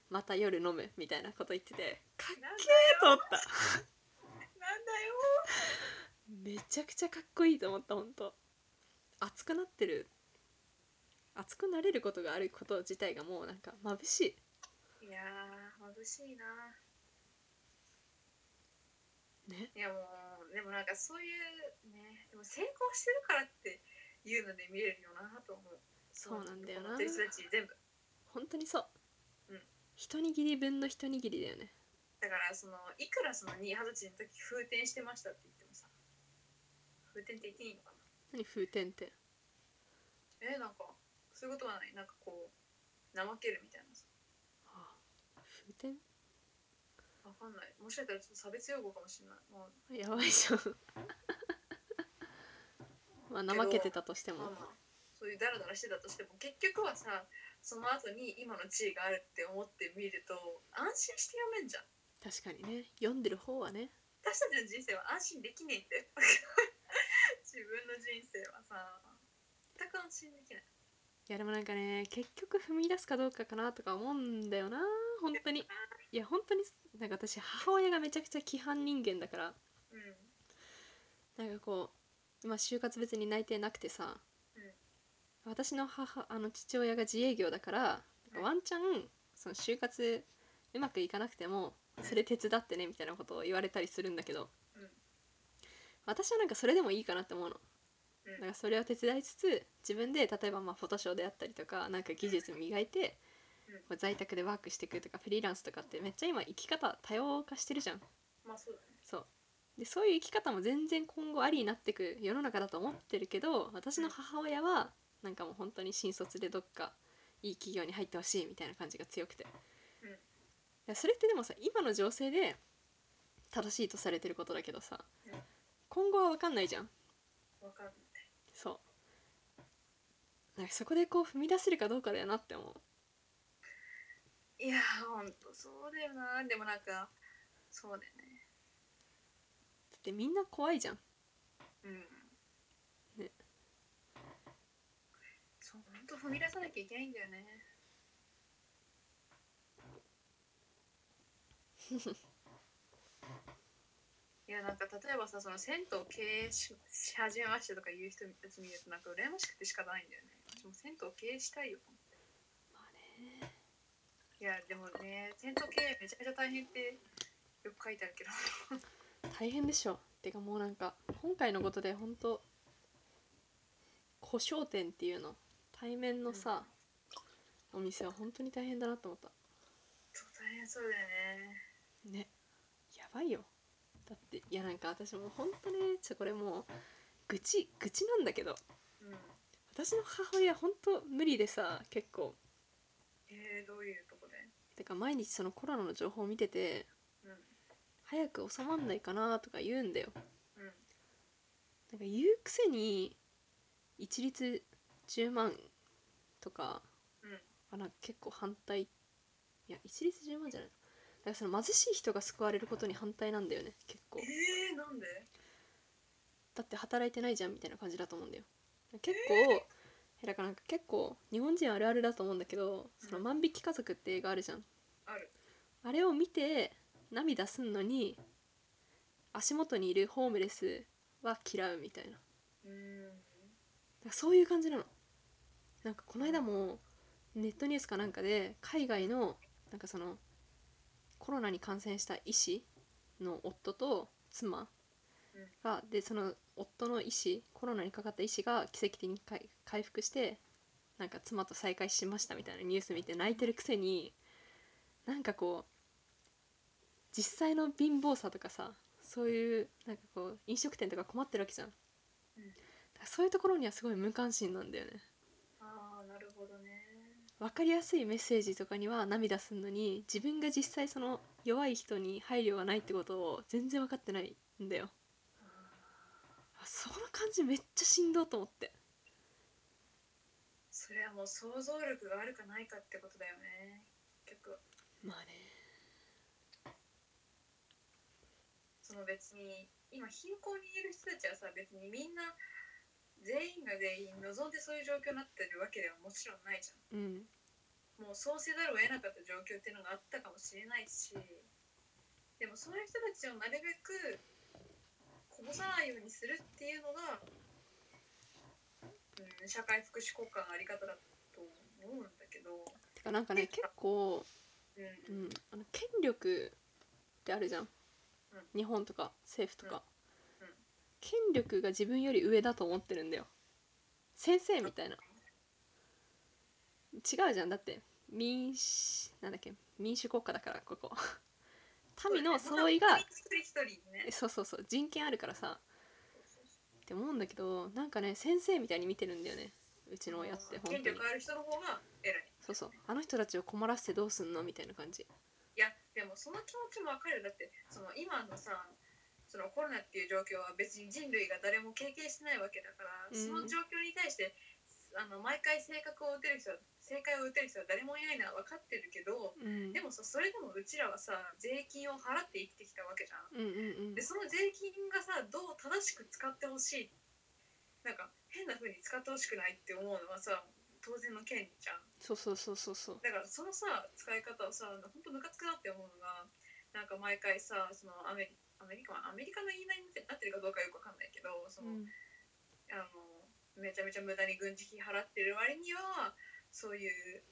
Speaker 1: また夜飲むみたいなこと言っててか
Speaker 2: な
Speaker 1: っ
Speaker 2: んだ
Speaker 1: けーと思
Speaker 2: よ
Speaker 1: った
Speaker 2: なんだよ
Speaker 1: めちゃくちゃかっこいいと思った本当熱くなってる熱くなれることがあること自体がもうなんか眩しい
Speaker 2: いやー眩しいな
Speaker 1: ね
Speaker 2: いやもうでもなんかそういうねでも成功してるからっていうので見れるよなと思う
Speaker 1: そうなんだよ
Speaker 2: こ
Speaker 1: な
Speaker 2: の人たち全部
Speaker 1: 本当にそう、
Speaker 2: うん
Speaker 1: 一握り分の一握りだよね
Speaker 2: だからそのいくらその二十歳の時風天してましたって言ってもさ風天って言っていいのかな
Speaker 1: 何風天って
Speaker 2: えー、なんかそういうことはないなんかこう怠けるみたいなさ
Speaker 1: あ風天
Speaker 2: わかんないもしかしたらちょっと差別用語かもしれないもう
Speaker 1: やばいじゃん <laughs> まあ怠けてたとしても
Speaker 2: まあまあそういうダラダラしてたとしても結局はさその後に今の地位があるって思ってみると安心して読めんじゃん
Speaker 1: 確かにね読んでる方はね
Speaker 2: 私たちの人生は安心できねえんだよ <laughs> 自分の人生はさ全く安心できない
Speaker 1: いやでもなんかね結局踏み出すかどうかかなとか思うんだよな本当にいや本当になんか私母親がめちゃくちゃ規範人間だから
Speaker 2: うん
Speaker 1: なんかこう今就活別に内定なくてさ、私の母あの父親が自営業だからかワンチャンその就活うまくいかなくてもそれ手伝ってねみたいなことを言われたりするんだけど
Speaker 2: うん
Speaker 1: 私はなんかそれでもいいかなって思うの
Speaker 2: うん
Speaker 1: だからそれを手伝いつつ自分で例えばまあフォトショーであったりとかなんか技術磨いて
Speaker 2: うん
Speaker 1: こう在宅でワークしていくとかフリーランスとかってめっちゃ今生き方多様化してるじゃん
Speaker 2: まあそうだね
Speaker 1: そうでそういう生き方も全然今後ありになってく世の中だと思ってるけど私の母親はなんかもう本当に新卒でどっかいい企業に入ってほしいみたいな感じが強くて、
Speaker 2: うん
Speaker 1: でそれってでもさ今の情勢で正しいとされてることだけどさ、
Speaker 2: うん
Speaker 1: 今後は分かんないじゃん
Speaker 2: わかんない
Speaker 1: そうなんかそこでこう踏み出せるかどうかだよなって思う
Speaker 2: いやーほんとそうだよなでもなんかそうだよね
Speaker 1: だってみんな怖いじゃん
Speaker 2: うん
Speaker 1: ね
Speaker 2: そうほんと踏み出さなきゃいけないんだよ <laughs> ねいやなんか例えばさその銭湯を経営しし始めましたとか言う人たち見るとなんか羨ましくて仕方ないんだよね私も銭湯を経営したいよ
Speaker 1: まあね
Speaker 2: いやでもね銭湯経営めちゃめちゃ大変ってよく書いてあるけど <laughs>
Speaker 1: 大変でしょてかもうなんか今回のことで本当古商店っていうの対面のさ、お店は本当に大変だなと思った
Speaker 2: そう大変そうだよね
Speaker 1: ねやばいよだっていやなんか私も本当ねちょこれもう愚痴愚痴なんだけど
Speaker 2: うん
Speaker 1: 私の母親本当無理でさ結構
Speaker 2: えー、どういうとこで
Speaker 1: てか毎日そのコロナの情報を見てて
Speaker 2: うん
Speaker 1: 早く収まんないかなとか言うんだよ
Speaker 2: うん
Speaker 1: なんか言うくせに一律10万とか
Speaker 2: うん
Speaker 1: あなんか結構反対いや一律10万じゃないのだからその貧しい人が救われることに反対なんだよね結構
Speaker 2: えー、なんで
Speaker 1: だって働いてないじゃんみたいな感じだと思うんだよ結構えだからなんか結構日本人あるあるだと思うんだけど「その万引き家族」って映画あるじゃん
Speaker 2: ある
Speaker 1: あれを見て涙すんのに足元にいるホームレスは嫌うみたいな
Speaker 2: うーん
Speaker 1: なんかそういう感じなのなんかこの間もネットニュースかなんかで海外のなんかそのコロナに感染した医師の夫と妻がでその夫の医師コロナにかかった医師が奇跡的に回回復してなんか妻と再会しましたみたいなニュース見て泣いてるくせになんかこう実際の貧乏さとかさそういうなんかこう飲食店とか困ってるわけじゃん、
Speaker 2: うん
Speaker 1: だからそういうところにはすごい無関心なんだよね
Speaker 2: ああなるほどね
Speaker 1: 分かりやすいメッセージとかには涙すんのに自分が実際その弱い人に配慮がないってことを全然分かってないんだよ
Speaker 2: あー
Speaker 1: あその感じめっちゃしんどいと思って
Speaker 2: それはもう想像力があるかないかってことだよね結局
Speaker 1: まあね
Speaker 2: その別に今貧困にいる人たちはさ別にみんな全員が全員望んでそういう状況になってるわけではもちろんないじゃ
Speaker 1: うん
Speaker 2: んもうそうせざるを得なかった状況っていうのがあったかもしれないしでもそういう人たちをなるべくこぼさないようにするっていうのが、うん、社会福祉国家のあり方だと思うんだけど、
Speaker 1: てかなんかね結構、
Speaker 2: うん
Speaker 1: う、ん、あの権力ってあるじゃん、日本とか政府とか、
Speaker 2: うんうん
Speaker 1: 権力が自分より上だと思ってるんだよ先生みたいな違うじゃんだって民主なんだっけ民主国家だからこ
Speaker 2: <laughs>
Speaker 1: こ民の相違が
Speaker 2: 一人一人にね
Speaker 1: そうそうそう人権あるからさって思うんだけどなんかね先生みたいに見てるんだよねうちの親って本
Speaker 2: 権
Speaker 1: 当に
Speaker 2: 力ある人の方が偉い
Speaker 1: そうそうあの人たちを困らせてどうすんのみたいな感じ
Speaker 2: いやでもその気持ちもわかるだってその今のさそのコロナっていう状況は別に人類が誰も経験してないわけだから、
Speaker 1: うん
Speaker 2: その状況に対してあの毎回性格を打てる人は正解を打てる人は誰もいないのは分かってるけど
Speaker 1: うん
Speaker 2: でもさそれでもうちらはさ税金を払って生きてきたわけじゃん。
Speaker 1: うんうんうん
Speaker 2: でその税金がさどう正しく使ってほしいなんか変な風に使ってほしくないって思うのはさ当然の権利じゃん
Speaker 1: そうそうそうそうそう
Speaker 2: だからそのさ使い方をさほんとムカつくなって思うのがなんか毎回さそのアメリアメリカはアメリカの言いなりになってるかどうかよくわかんないけどその、
Speaker 1: うん
Speaker 2: あのめちゃめちゃ無駄に軍事費払ってる割にはそういう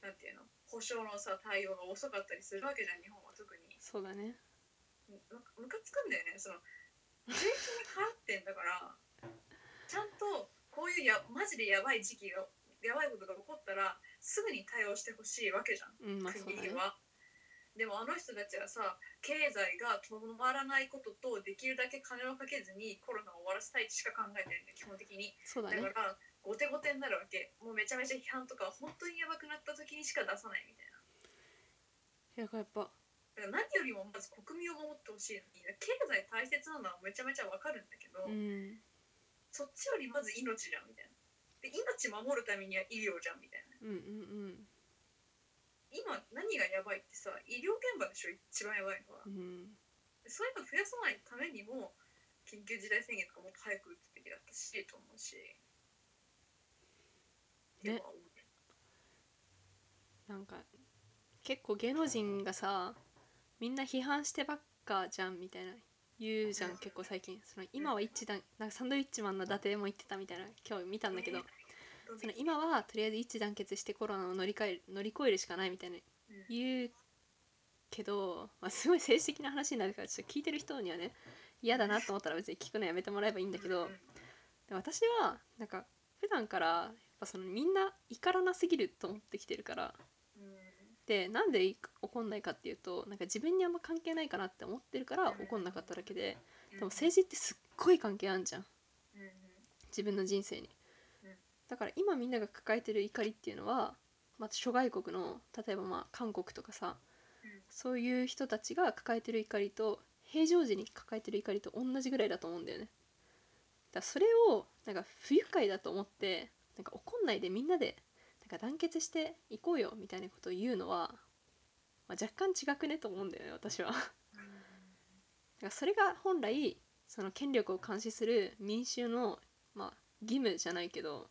Speaker 2: なんていうの保証のさ対応が遅かったりするわけじゃん日本は特に
Speaker 1: そうだね
Speaker 2: むむかつくんだよねその税金払ってんだからちゃんとこういうやマジでやばい時期がやばいことが起こったらすぐに対応してほしいわけじゃん
Speaker 1: うんまあそう
Speaker 2: 国
Speaker 1: だ
Speaker 2: に
Speaker 1: ね
Speaker 2: は。でもあの人たちはさ経済が止まらないこととできるだけ金をかけずにコロナを終わらせたいってしか考えてないんだよ基本的に
Speaker 1: そうだ
Speaker 2: だか
Speaker 1: ね
Speaker 2: ら後手後手になるわけもうめちゃめちゃ批判とか本当にやばくなった時にしか出さないみたいな
Speaker 1: だからやっぱ
Speaker 2: だから何よりもまず国民を守ってほしいのに経済大切なのはめちゃめちゃわかるんだけど、
Speaker 1: うん
Speaker 2: そっちよりまず命じゃんみたいなで命守るためには医療じゃんみたいな
Speaker 1: うんうんうん
Speaker 2: 今何がやばいってさ医療現場でしょ一番やばいのは
Speaker 1: うん
Speaker 2: そういうの増やさないためにも緊急事態宣言とかもっと早く打つべきだったしと思うし。ってのは思
Speaker 1: ね
Speaker 2: う
Speaker 1: なんか結構芸能人がさみんな批判してばっかじゃんみたいな言うじゃ
Speaker 2: うんん
Speaker 1: 結構最近その今は一致だなんかサンドウィッチマンの伊達も言ってたみたいな今日見たんだけど
Speaker 2: どん
Speaker 1: そ
Speaker 2: だ
Speaker 1: の
Speaker 2: け
Speaker 1: 今はとりあえず一致団結してコロナを乗り換える乗り越えるしかないみたいな
Speaker 2: うん
Speaker 1: 言うけど、まあ、すごい政治的な話になるからちょっと聞いてる人にはね嫌だなと思ったら別に聞くのやめてもらえばいいんだけ
Speaker 2: う
Speaker 1: ど
Speaker 2: ん
Speaker 1: で私はなんか普段からやっぱそのみんな怒らなすぎると思ってきてるから。
Speaker 2: うん
Speaker 1: でなんで怒んないかっていうとなんか自分にあんま関係ないかなって思ってるから
Speaker 2: うん
Speaker 1: 怒んなかっただけでで
Speaker 2: うん
Speaker 1: も政治ってすっごい関係あんじゃん
Speaker 2: うんうん
Speaker 1: 自分の人生に
Speaker 2: うん
Speaker 1: だから今みんなが抱えてる怒りっていうのは、まあ、諸外国の例えばまあ韓国とかさ
Speaker 2: うん
Speaker 1: そういう人たちが抱えてる怒りと平常時に抱えてる怒りと同じぐらいだと思うんだよねだからそれをなんか不愉快だと思ってなんか怒んないでみんなでなんか団結していこうよみたいなことを言うのは、まあ、若干違くねと思うんだよね私はだからそれが本来その権力を監視する民衆の、まあ、義務じゃないけど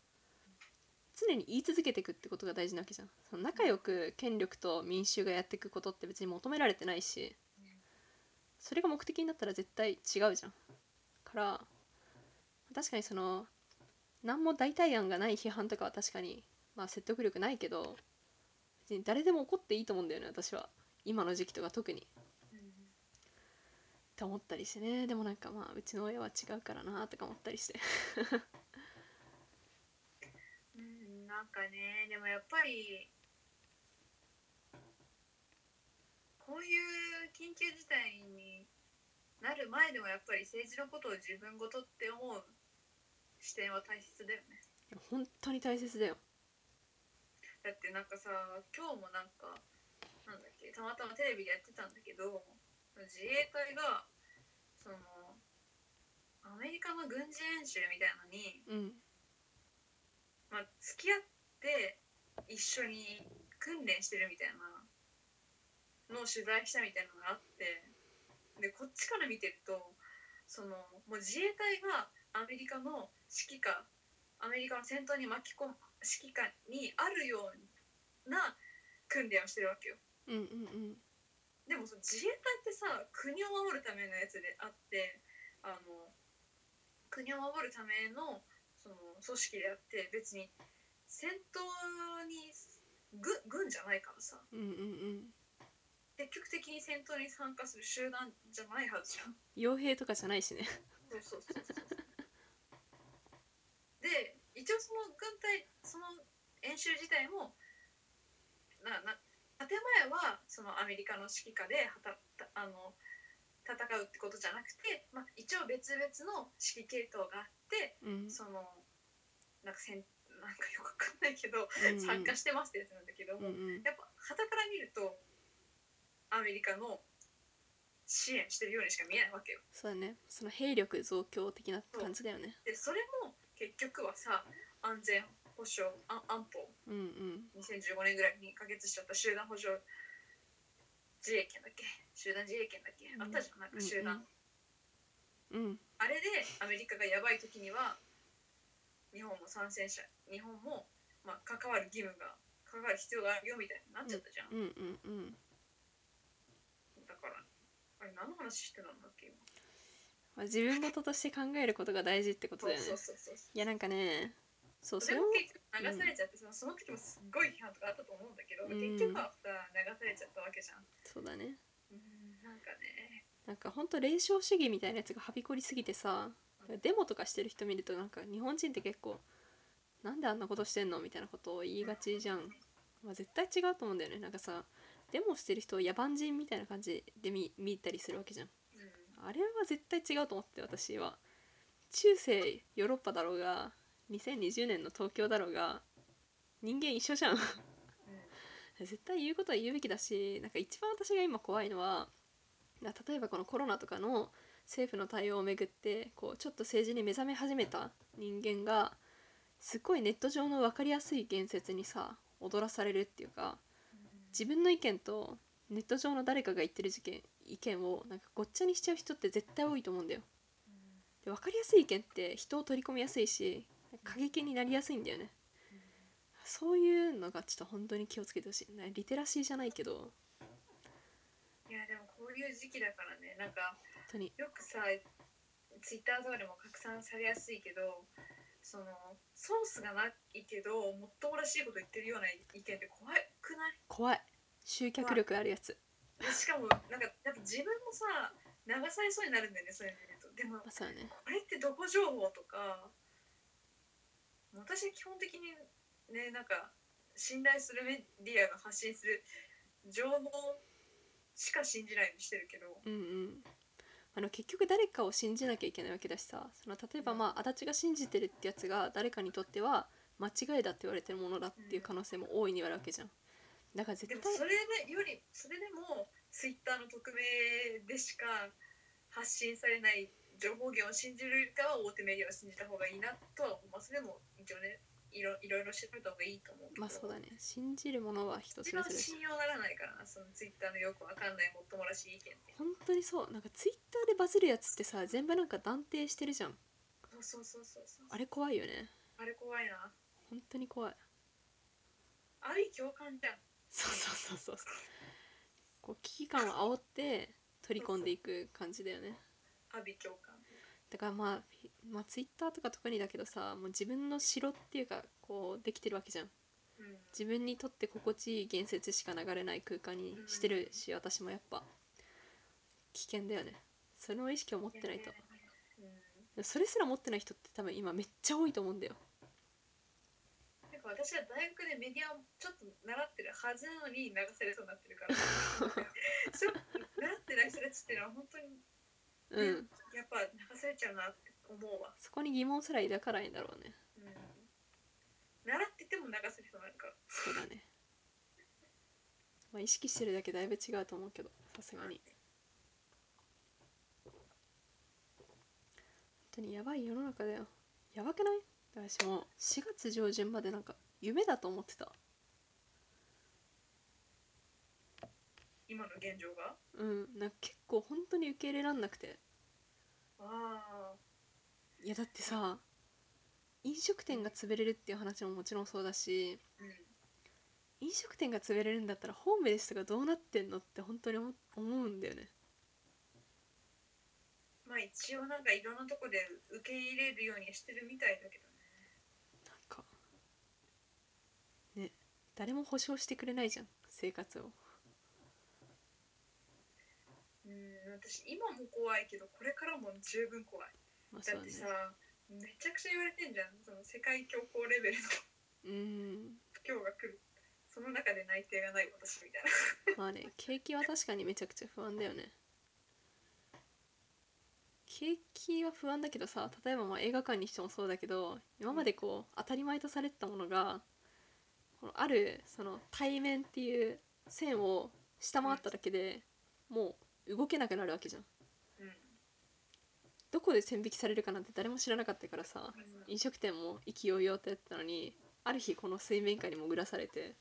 Speaker 1: 常に言い続けていくってことが大事なわけじゃんその仲良く権力と民衆がやっていくことって別に求められてないしそれが目的になったら絶対違うじゃんから確かにその何も代替案がない批判とかは確かに、まあ、説得力ないけど別に誰でも怒っていいと思うんだよね私は今の時期とか特に
Speaker 2: うん
Speaker 1: って思ったりしてねでもなんかまあうちの親は違うからなとか思ったりして
Speaker 2: うんなんかねでもやっぱりこういう緊急事態になる前でもやっぱり政治のことを自分事って思う視点は大切だよね
Speaker 1: 本当に大切だよ
Speaker 2: だってなんかさ今日もなんかなんだっけたまたまテレビでやってたんだけど自衛隊がそのアメリカの軍事演習みたいなのに
Speaker 1: うん
Speaker 2: まあ、付き合って一緒に訓練してるみたいなのを取材したみたいなのがあってでこっちから見てるとそのもう自衛隊がアメリカの指揮下アメリカの戦闘に巻き込む指揮下にあるような訓練をしてるわけよ。
Speaker 1: うんうんうん
Speaker 2: でもその自衛隊ってさ国を守るためのやつであってあの国を守るためのその組織であって別に戦闘に軍軍じゃないからさ
Speaker 1: うんうんうん
Speaker 2: 積極的に戦闘に参加する集団じゃないはずじゃん。
Speaker 1: 傭兵とかじゃないしね
Speaker 2: そうそうそうそうそうで一応その軍隊その演習自体もなな建前はそのアメリカの指揮下ではたたあの戦うってことじゃなくて、まあ、一応別々の指揮系統があって
Speaker 1: うん、う
Speaker 2: <laughs>
Speaker 1: ん
Speaker 2: そのなんかせんなんかよくわかんないけど、
Speaker 1: うん
Speaker 2: 参加してますってやつなんだけど
Speaker 1: うん
Speaker 2: も、
Speaker 1: うん
Speaker 2: やっぱ傍から見るとアメリカの支援してるようにしか見えないわけよ。
Speaker 1: そうだねその兵力増強的な感じだよね
Speaker 2: でそれも結局はさ安全保障あ安保
Speaker 1: うんうん
Speaker 2: 2015年ぐらいに可決しちゃった集団保障自衛権だっけ集団自衛権だっけ、
Speaker 1: うん
Speaker 2: あったじゃんなんか集団、
Speaker 1: うん
Speaker 2: あれでアメリカがやばい時には日本も参戦者日本も、まあ、関わる義務が関わる必要があるよみたいになっちゃったじゃん、
Speaker 1: うんうんうん
Speaker 2: だからあれ何の話してたんだっけ今
Speaker 1: まあ、自分事として考えることが大事ってことだよね
Speaker 2: そうそうそうそう
Speaker 1: いやなんかねそう
Speaker 2: そ
Speaker 1: そ
Speaker 2: れ
Speaker 1: れ
Speaker 2: も
Speaker 1: も
Speaker 2: 結局流されちゃって、そのその時もすっごい批判とかあったと思うんだけど、
Speaker 1: うん
Speaker 2: 結局はさ流されちゃったわけじゃん、
Speaker 1: そうだね
Speaker 2: うん、なんかね
Speaker 1: なんかほんと霊障主義みたいなやつがはびこりすぎてさデモとかしてる人見るとなんか日本人って結構なんであんなことしてんのみたいなことを言いがちじゃん、まあ、絶対違うと思うんだよねなんかさデモしてる人を野蛮人みたいな感じで見見たりするわけじゃん
Speaker 2: うん
Speaker 1: あれは絶対違うと思ってて私は中世ヨーロッパだろうが2020年の東京だろうが人間一緒じゃん
Speaker 2: うん
Speaker 1: 絶対言うことは言うべきだしなんか一番私が今怖いのはな例えばこのコロナとかの政府の対応をめぐってこうちょっと政治に目覚め始めた人間がすごいネット上の分かりやすい言説にさ踊らされるっていうか自分の意見とネット上の誰かが言ってる事件意見をなんかごっちゃにしちゃう人って絶対多いと思うんだよ。で分かりやすい意見って人を取り込みやすいし過激になりやすいんだよねそういうのがちょっと本当に気をつけてほしいなリテラシーじゃないけど
Speaker 2: い
Speaker 1: 本
Speaker 2: やでもこういう時期だからねなんか
Speaker 1: 当に
Speaker 2: よくさツイッターとかでも拡散されやすいけどそのソースがないけどもっともらしいこと言ってるような意見って怖くない
Speaker 1: 怖い集客力あるやつ、
Speaker 2: でしかもなんかやっぱ自分もさ流されそうになるんだよねそういうの見るとでも
Speaker 1: まあ、そうよね
Speaker 2: これってどこ情報とか私基本的にねなんか信頼するメディアが発信する情報しか信じないようにしてるけど、
Speaker 1: うんうんあの結局誰かを信じなきゃいけないわけだしさその例えばまあ足立が信じてるってやつが誰かにとっては間違いだって言われてるものだっていう可能性も大いにあるわけじゃんだから絶
Speaker 2: で
Speaker 1: 対
Speaker 2: もそれでよりそれでもツイッターの匿名でしか発信されない情報源を信じるよりかは大手メディアを信じた方がいいなとは思いますでも一応ねいろいろいろ調べた方がいいと思うけど、
Speaker 1: まあそうだね信じるものは人
Speaker 2: 一
Speaker 1: そ
Speaker 2: 番
Speaker 1: れぞれだし
Speaker 2: 信用ならないからなそのツイッターのよくわかんないもっともらしい意見って
Speaker 1: 本当にそうなんかツイッターでバズるやつってさ全部なんか断定してるじゃん
Speaker 2: そうそうそうそうそう
Speaker 1: あれ怖いよね
Speaker 2: あれ怖いな
Speaker 1: 本当に怖い
Speaker 2: あり共感じゃん
Speaker 1: そうそうそうそうこう危機感を煽って取り込んでいく感じだよね
Speaker 2: 阿ビ共感
Speaker 1: だからまあ、ひまあ、ツイッターとか特にだけどさもう自分の城っていうかこうできてるわけじゃん
Speaker 2: うん
Speaker 1: 自分にとって心地いい言説しか流れない空間にしてるし私もやっぱ危険だよねその意識を持ってないと
Speaker 2: うん
Speaker 1: それすら持ってない人って多分今めっちゃ多いと思うんだよ
Speaker 2: なんか私は大学でメディアをちょっと習ってるはずなのに流されそうになって
Speaker 1: <laughs>
Speaker 2: るからそう習ってない人たちっていうのは本当に、
Speaker 1: う
Speaker 2: ね
Speaker 1: ん
Speaker 2: やっぱ流されちゃうなって思うわ、
Speaker 1: そこに疑問すら抱かないんだろうね
Speaker 2: うん、習ってても流されそうになるから
Speaker 1: そうだねまあ意識してるだけだいぶ違うと思うけどさすがに本当にやばい世の中だよやばくない私もう4月上旬までなんか夢だと思ってた
Speaker 2: 今の現状が
Speaker 1: うんなんか結構本当に受け入れらんなくて
Speaker 2: ああ
Speaker 1: いやだってさ飲食店が潰れるっていう話ももちろんそうだし
Speaker 2: うん
Speaker 1: 飲食店が潰れるんだったらホームレスとかどうなってんのって本当に思思うんだよね
Speaker 2: まあ一応なんかいろんなとこで受け入れるようにしてるみたいだけどね
Speaker 1: なんかね誰も保証してくれないじゃん生活を
Speaker 2: うん私今も怖いけどこれからも十分怖い
Speaker 1: まあそ
Speaker 2: だ
Speaker 1: う
Speaker 2: っ
Speaker 1: だね
Speaker 2: てさめちゃくちゃ言われてんじゃんその世界恐慌レベルの <laughs>
Speaker 1: うん
Speaker 2: 不況が来るその中で内定がない私みたいな
Speaker 1: まあね景気は確かにめちゃくちゃ不安だよね景気は不安だけどさ例えばまあ映画館にしてもそうだけど今までこう当たり前とされてたものがこのあるその対面っていう線を下回っただけでもう動けなくなるわけじゃん
Speaker 2: うん
Speaker 1: どこで線引きされるかなんて誰も知らなかったからさ飲食店も意気揚々とやってたのにある日この水面下に潜らされて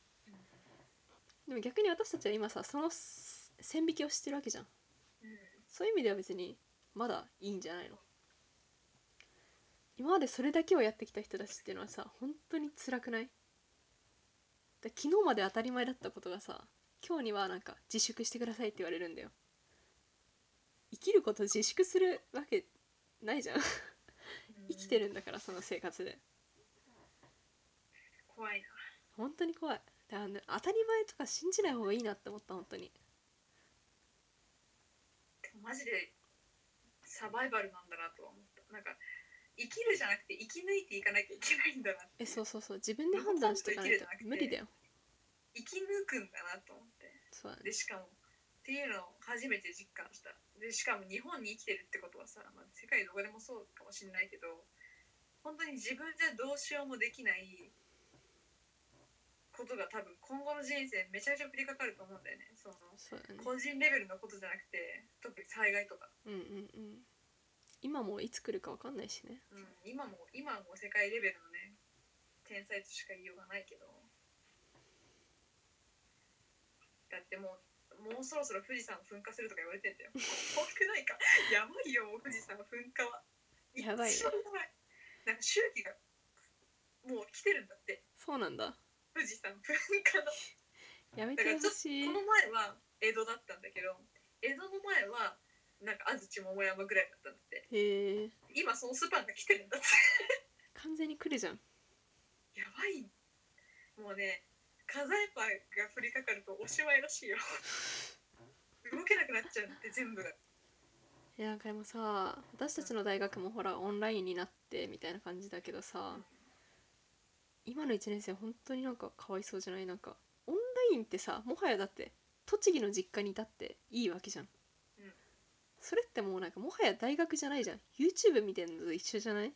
Speaker 1: でも逆に私たちは今さその線引きをしてるわけじゃんそういう意味では別にまだいいんじゃないの今までそれだけをやってきた人たちっていうのはさ本当に辛くないだ昨日まで当たり前だったことがさ今日にはなんか自粛してくださいって言われるんだよ生きること自粛するわけないじゃん生きて
Speaker 2: る
Speaker 1: るんだからその生活で
Speaker 2: 怖いな
Speaker 1: 本当に怖いだからね当たり前とか信じない方がいいなって思った本当に
Speaker 2: でもマジでサバイバルなんだなとは思ったなんか生きるじゃなくて生き抜いていかなきゃいけないんだなって
Speaker 1: えそうそうそう自分で判断していかないと無理だよ
Speaker 2: 生き抜くんだなと思って
Speaker 1: そうだね
Speaker 2: でしかもっていうのを初めて実感したでしかも日本に生きてるってことはさ、まあ、世界どこでもそうかもしれないけど本当に自分じゃどうしようもできないことが多分今後の人生めちゃめちゃ降りかかると思うんだよねその
Speaker 1: そうだね
Speaker 2: 個人レベルのことじゃなくて特に災害とか、
Speaker 1: うんうんうん今もいつ来るかわかんないしね
Speaker 2: うん、今も今も世界レベルのね天才としか言いようがないけどだってもうもうそろそろ富士山噴火するとか言われてんだよ怖くないかやばいよもう富士山噴火は
Speaker 1: やばい
Speaker 2: 一番やばいなんか周期がもう来てるんだって
Speaker 1: そうなんだ
Speaker 2: 富士山噴火の
Speaker 1: やめてほしい
Speaker 2: この前は江戸だったんだけど江戸の前はなんか安土桃山ぐらいだったんだって
Speaker 1: へえ
Speaker 2: 今そのスパンが来てるんだって
Speaker 1: 完全に来るじゃん
Speaker 2: やばいもうね火山灰が降りかかるとおしまいらしい
Speaker 1: <laughs>
Speaker 2: よ動けなくなっちゃうんだって全部が
Speaker 1: いやなんかでもさ私たちの大学もほらオンラインになってみたいな感じだけどさ今の1年生本当になんかかわいそうじゃないなんかオンラインってさもはやだって栃木の実家にいたっていいわけじゃん、
Speaker 2: うん
Speaker 1: それってもうなんかもはや大学じゃないじゃん YouTube 見てんのと一緒じゃない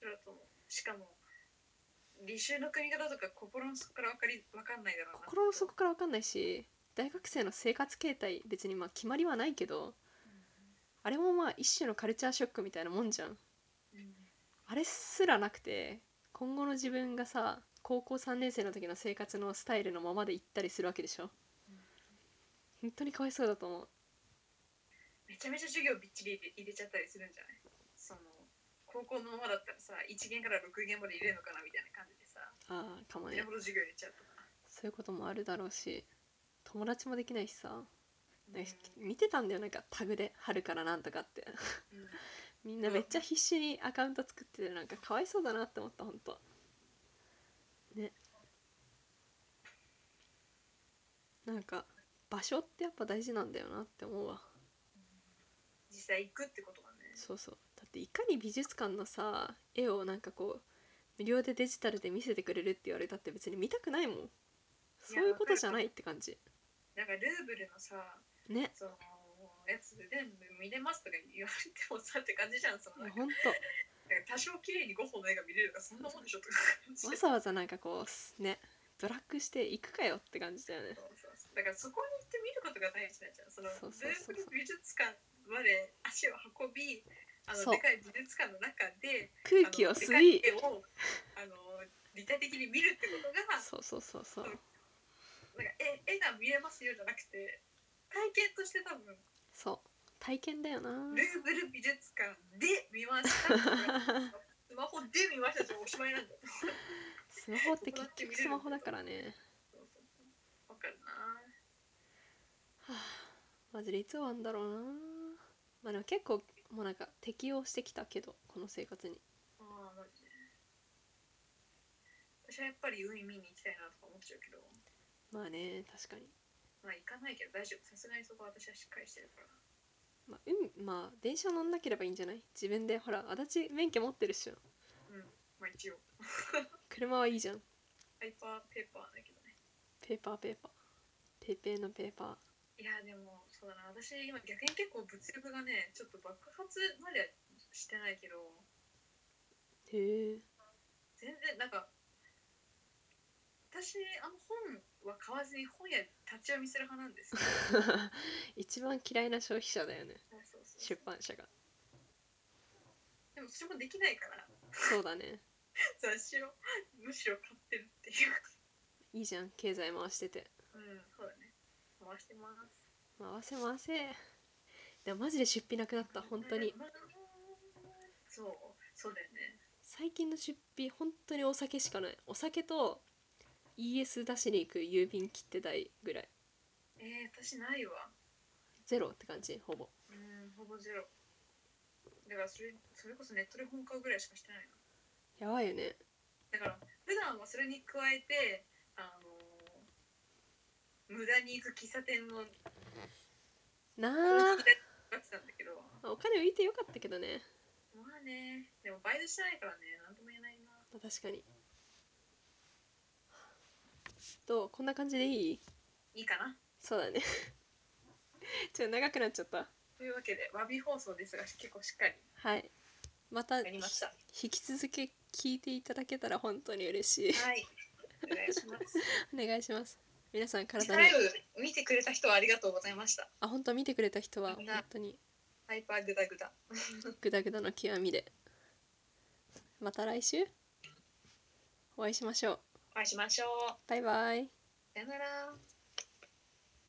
Speaker 2: そうだと思うしかも履修の組み方とか心の底から分かり分かんないだろうな
Speaker 1: 心の底から分かんないし大学生の生活形態別にまあ決まりはないけどあれもまあ一種のカルチャーショックみたいなもんじゃん
Speaker 2: うんうん
Speaker 1: あれすらなくて今後の自分がさ高校3年生の時の生活のスタイルのままで行ったりするわけでしょ
Speaker 2: うん
Speaker 1: 本当にかわいそうだと思う
Speaker 2: めちゃめちゃ授業びっちり入れ入れちゃったりするんじゃないその高校のままだったらさ1限から6限まで入れるのかなみたいな感じでさ
Speaker 1: ああかも
Speaker 2: それ
Speaker 1: ね
Speaker 2: ほど授業入れちゃうとか、
Speaker 1: そういうこともあるだろうし友達もできないしさ
Speaker 2: うん
Speaker 1: なんか見てたんだよなんかタグで「春からなんとか」って <laughs>
Speaker 2: うん
Speaker 1: みんなめっちゃ必死にアカウント作っててなんかかわいそうだなって思ったほんとねなんか場所ってやっぱ大事なんだよなって思うわ
Speaker 2: 実際行くってことがね
Speaker 1: そうそうだっていかに美術館のさ絵をなんかこう無料でデジタルで見せてくれるって言われたって別に見たくないもんそういうことじゃないって感じ
Speaker 2: なんかルーブルのさ
Speaker 1: ね
Speaker 2: そのやつで全部見れますとか言われてもさって感じじゃんそ
Speaker 1: い
Speaker 2: の
Speaker 1: や
Speaker 2: なんか
Speaker 1: ほん
Speaker 2: <laughs> 多少綺麗に5本の絵が見れるとかそんなもんでしょとか
Speaker 1: とわざわざなんかこうねドラッグしていくかよって感じだよね
Speaker 2: そうそうそうだからそこに行って見ることが大事なんじゃんその
Speaker 1: そうそうそうそう
Speaker 2: ルーブル美術館まで足を運びあの
Speaker 1: そう
Speaker 2: でかい美術館の中で
Speaker 1: 空気を
Speaker 2: あので
Speaker 1: 吸
Speaker 2: かい
Speaker 1: い
Speaker 2: 絵をあの立体的に見るってことがなんか
Speaker 1: そうそうそうそう
Speaker 2: 絵絵が見れますよじゃなくて体験として多分
Speaker 1: そう体験だよな
Speaker 2: ルーブル美術館で見ましたとかスマホで見ましたじゃおしまいなんだよ
Speaker 1: スマホって結局スマホだからね
Speaker 2: そうそうそうわかるな
Speaker 1: はあマジでいつ終わんだろうなまあでも結構もうなんか適応してきたけどこの生活に
Speaker 2: ああマジで私はやっぱり海見に行きたいなとか思っちゃうけど
Speaker 1: まあね確かに
Speaker 2: まあ行かないけど大丈夫さすがにそこは私はしっかりしてるから
Speaker 1: まあ、うんまあ電車乗んなければいいんじゃない自分でほら足立免許持ってるっしょ
Speaker 2: まあ一応
Speaker 1: 車はいいじゃん
Speaker 2: ハイパーペーパーだけどね
Speaker 1: ペーパーペーパーペーペーのペーパー
Speaker 2: いやでもそうだな私今逆に結構物欲がねちょっと爆発まではしてないけど
Speaker 1: へえ
Speaker 2: 全然なんか私あの本は買わずに本屋で立ち読みする派なんですよ
Speaker 1: 一番嫌いな消費者だよね
Speaker 2: そうそうそう
Speaker 1: 出版社が
Speaker 2: でもそれもできないから
Speaker 1: そうだね
Speaker 2: 雑誌をむしろ買ってるっていう
Speaker 1: いいじゃん経済回してて
Speaker 2: うんそうだね回してます
Speaker 1: 回せ回せでもマジで出費なくなった本当に
Speaker 2: そうそうだよね
Speaker 1: 最近の出費本当にお酒しかないお酒と ES 出しに行く郵便切手代ぐらい
Speaker 2: えー、私ないわ
Speaker 1: ゼロって感じほぼ
Speaker 2: うんほぼゼロだからそれそれこそネットで本買うぐらいしかしてないの
Speaker 1: やばいよね
Speaker 2: だから普段はそれに加えてあの無駄に行く喫茶店の
Speaker 1: な
Speaker 2: や
Speaker 1: あ
Speaker 2: ってたんだけど
Speaker 1: お金浮いてよかったけどね
Speaker 2: まあねでもバイトしてないからねなんとも言えないな
Speaker 1: まあ確かにどうこんな感じでいい
Speaker 2: いいかな
Speaker 1: そうだね <laughs> ちょっと長くなっちゃった
Speaker 2: というわけでわび放送ですが結構しっかり
Speaker 1: はいまた
Speaker 2: やりましたは
Speaker 1: 引き続き聞いていただけたら本当に嬉しい <laughs>
Speaker 2: いお願いします
Speaker 1: お願いします皆さん体に
Speaker 2: ライブ見てくれた人はありがとうございました
Speaker 1: あ本当見てくれた人は
Speaker 2: み
Speaker 1: 本
Speaker 2: んな
Speaker 1: 当に
Speaker 2: ハイパーグダグダ
Speaker 1: グダグダの極みでまた来週お会いしましょう
Speaker 2: お会いしましょう
Speaker 1: バイバイ
Speaker 2: さよなら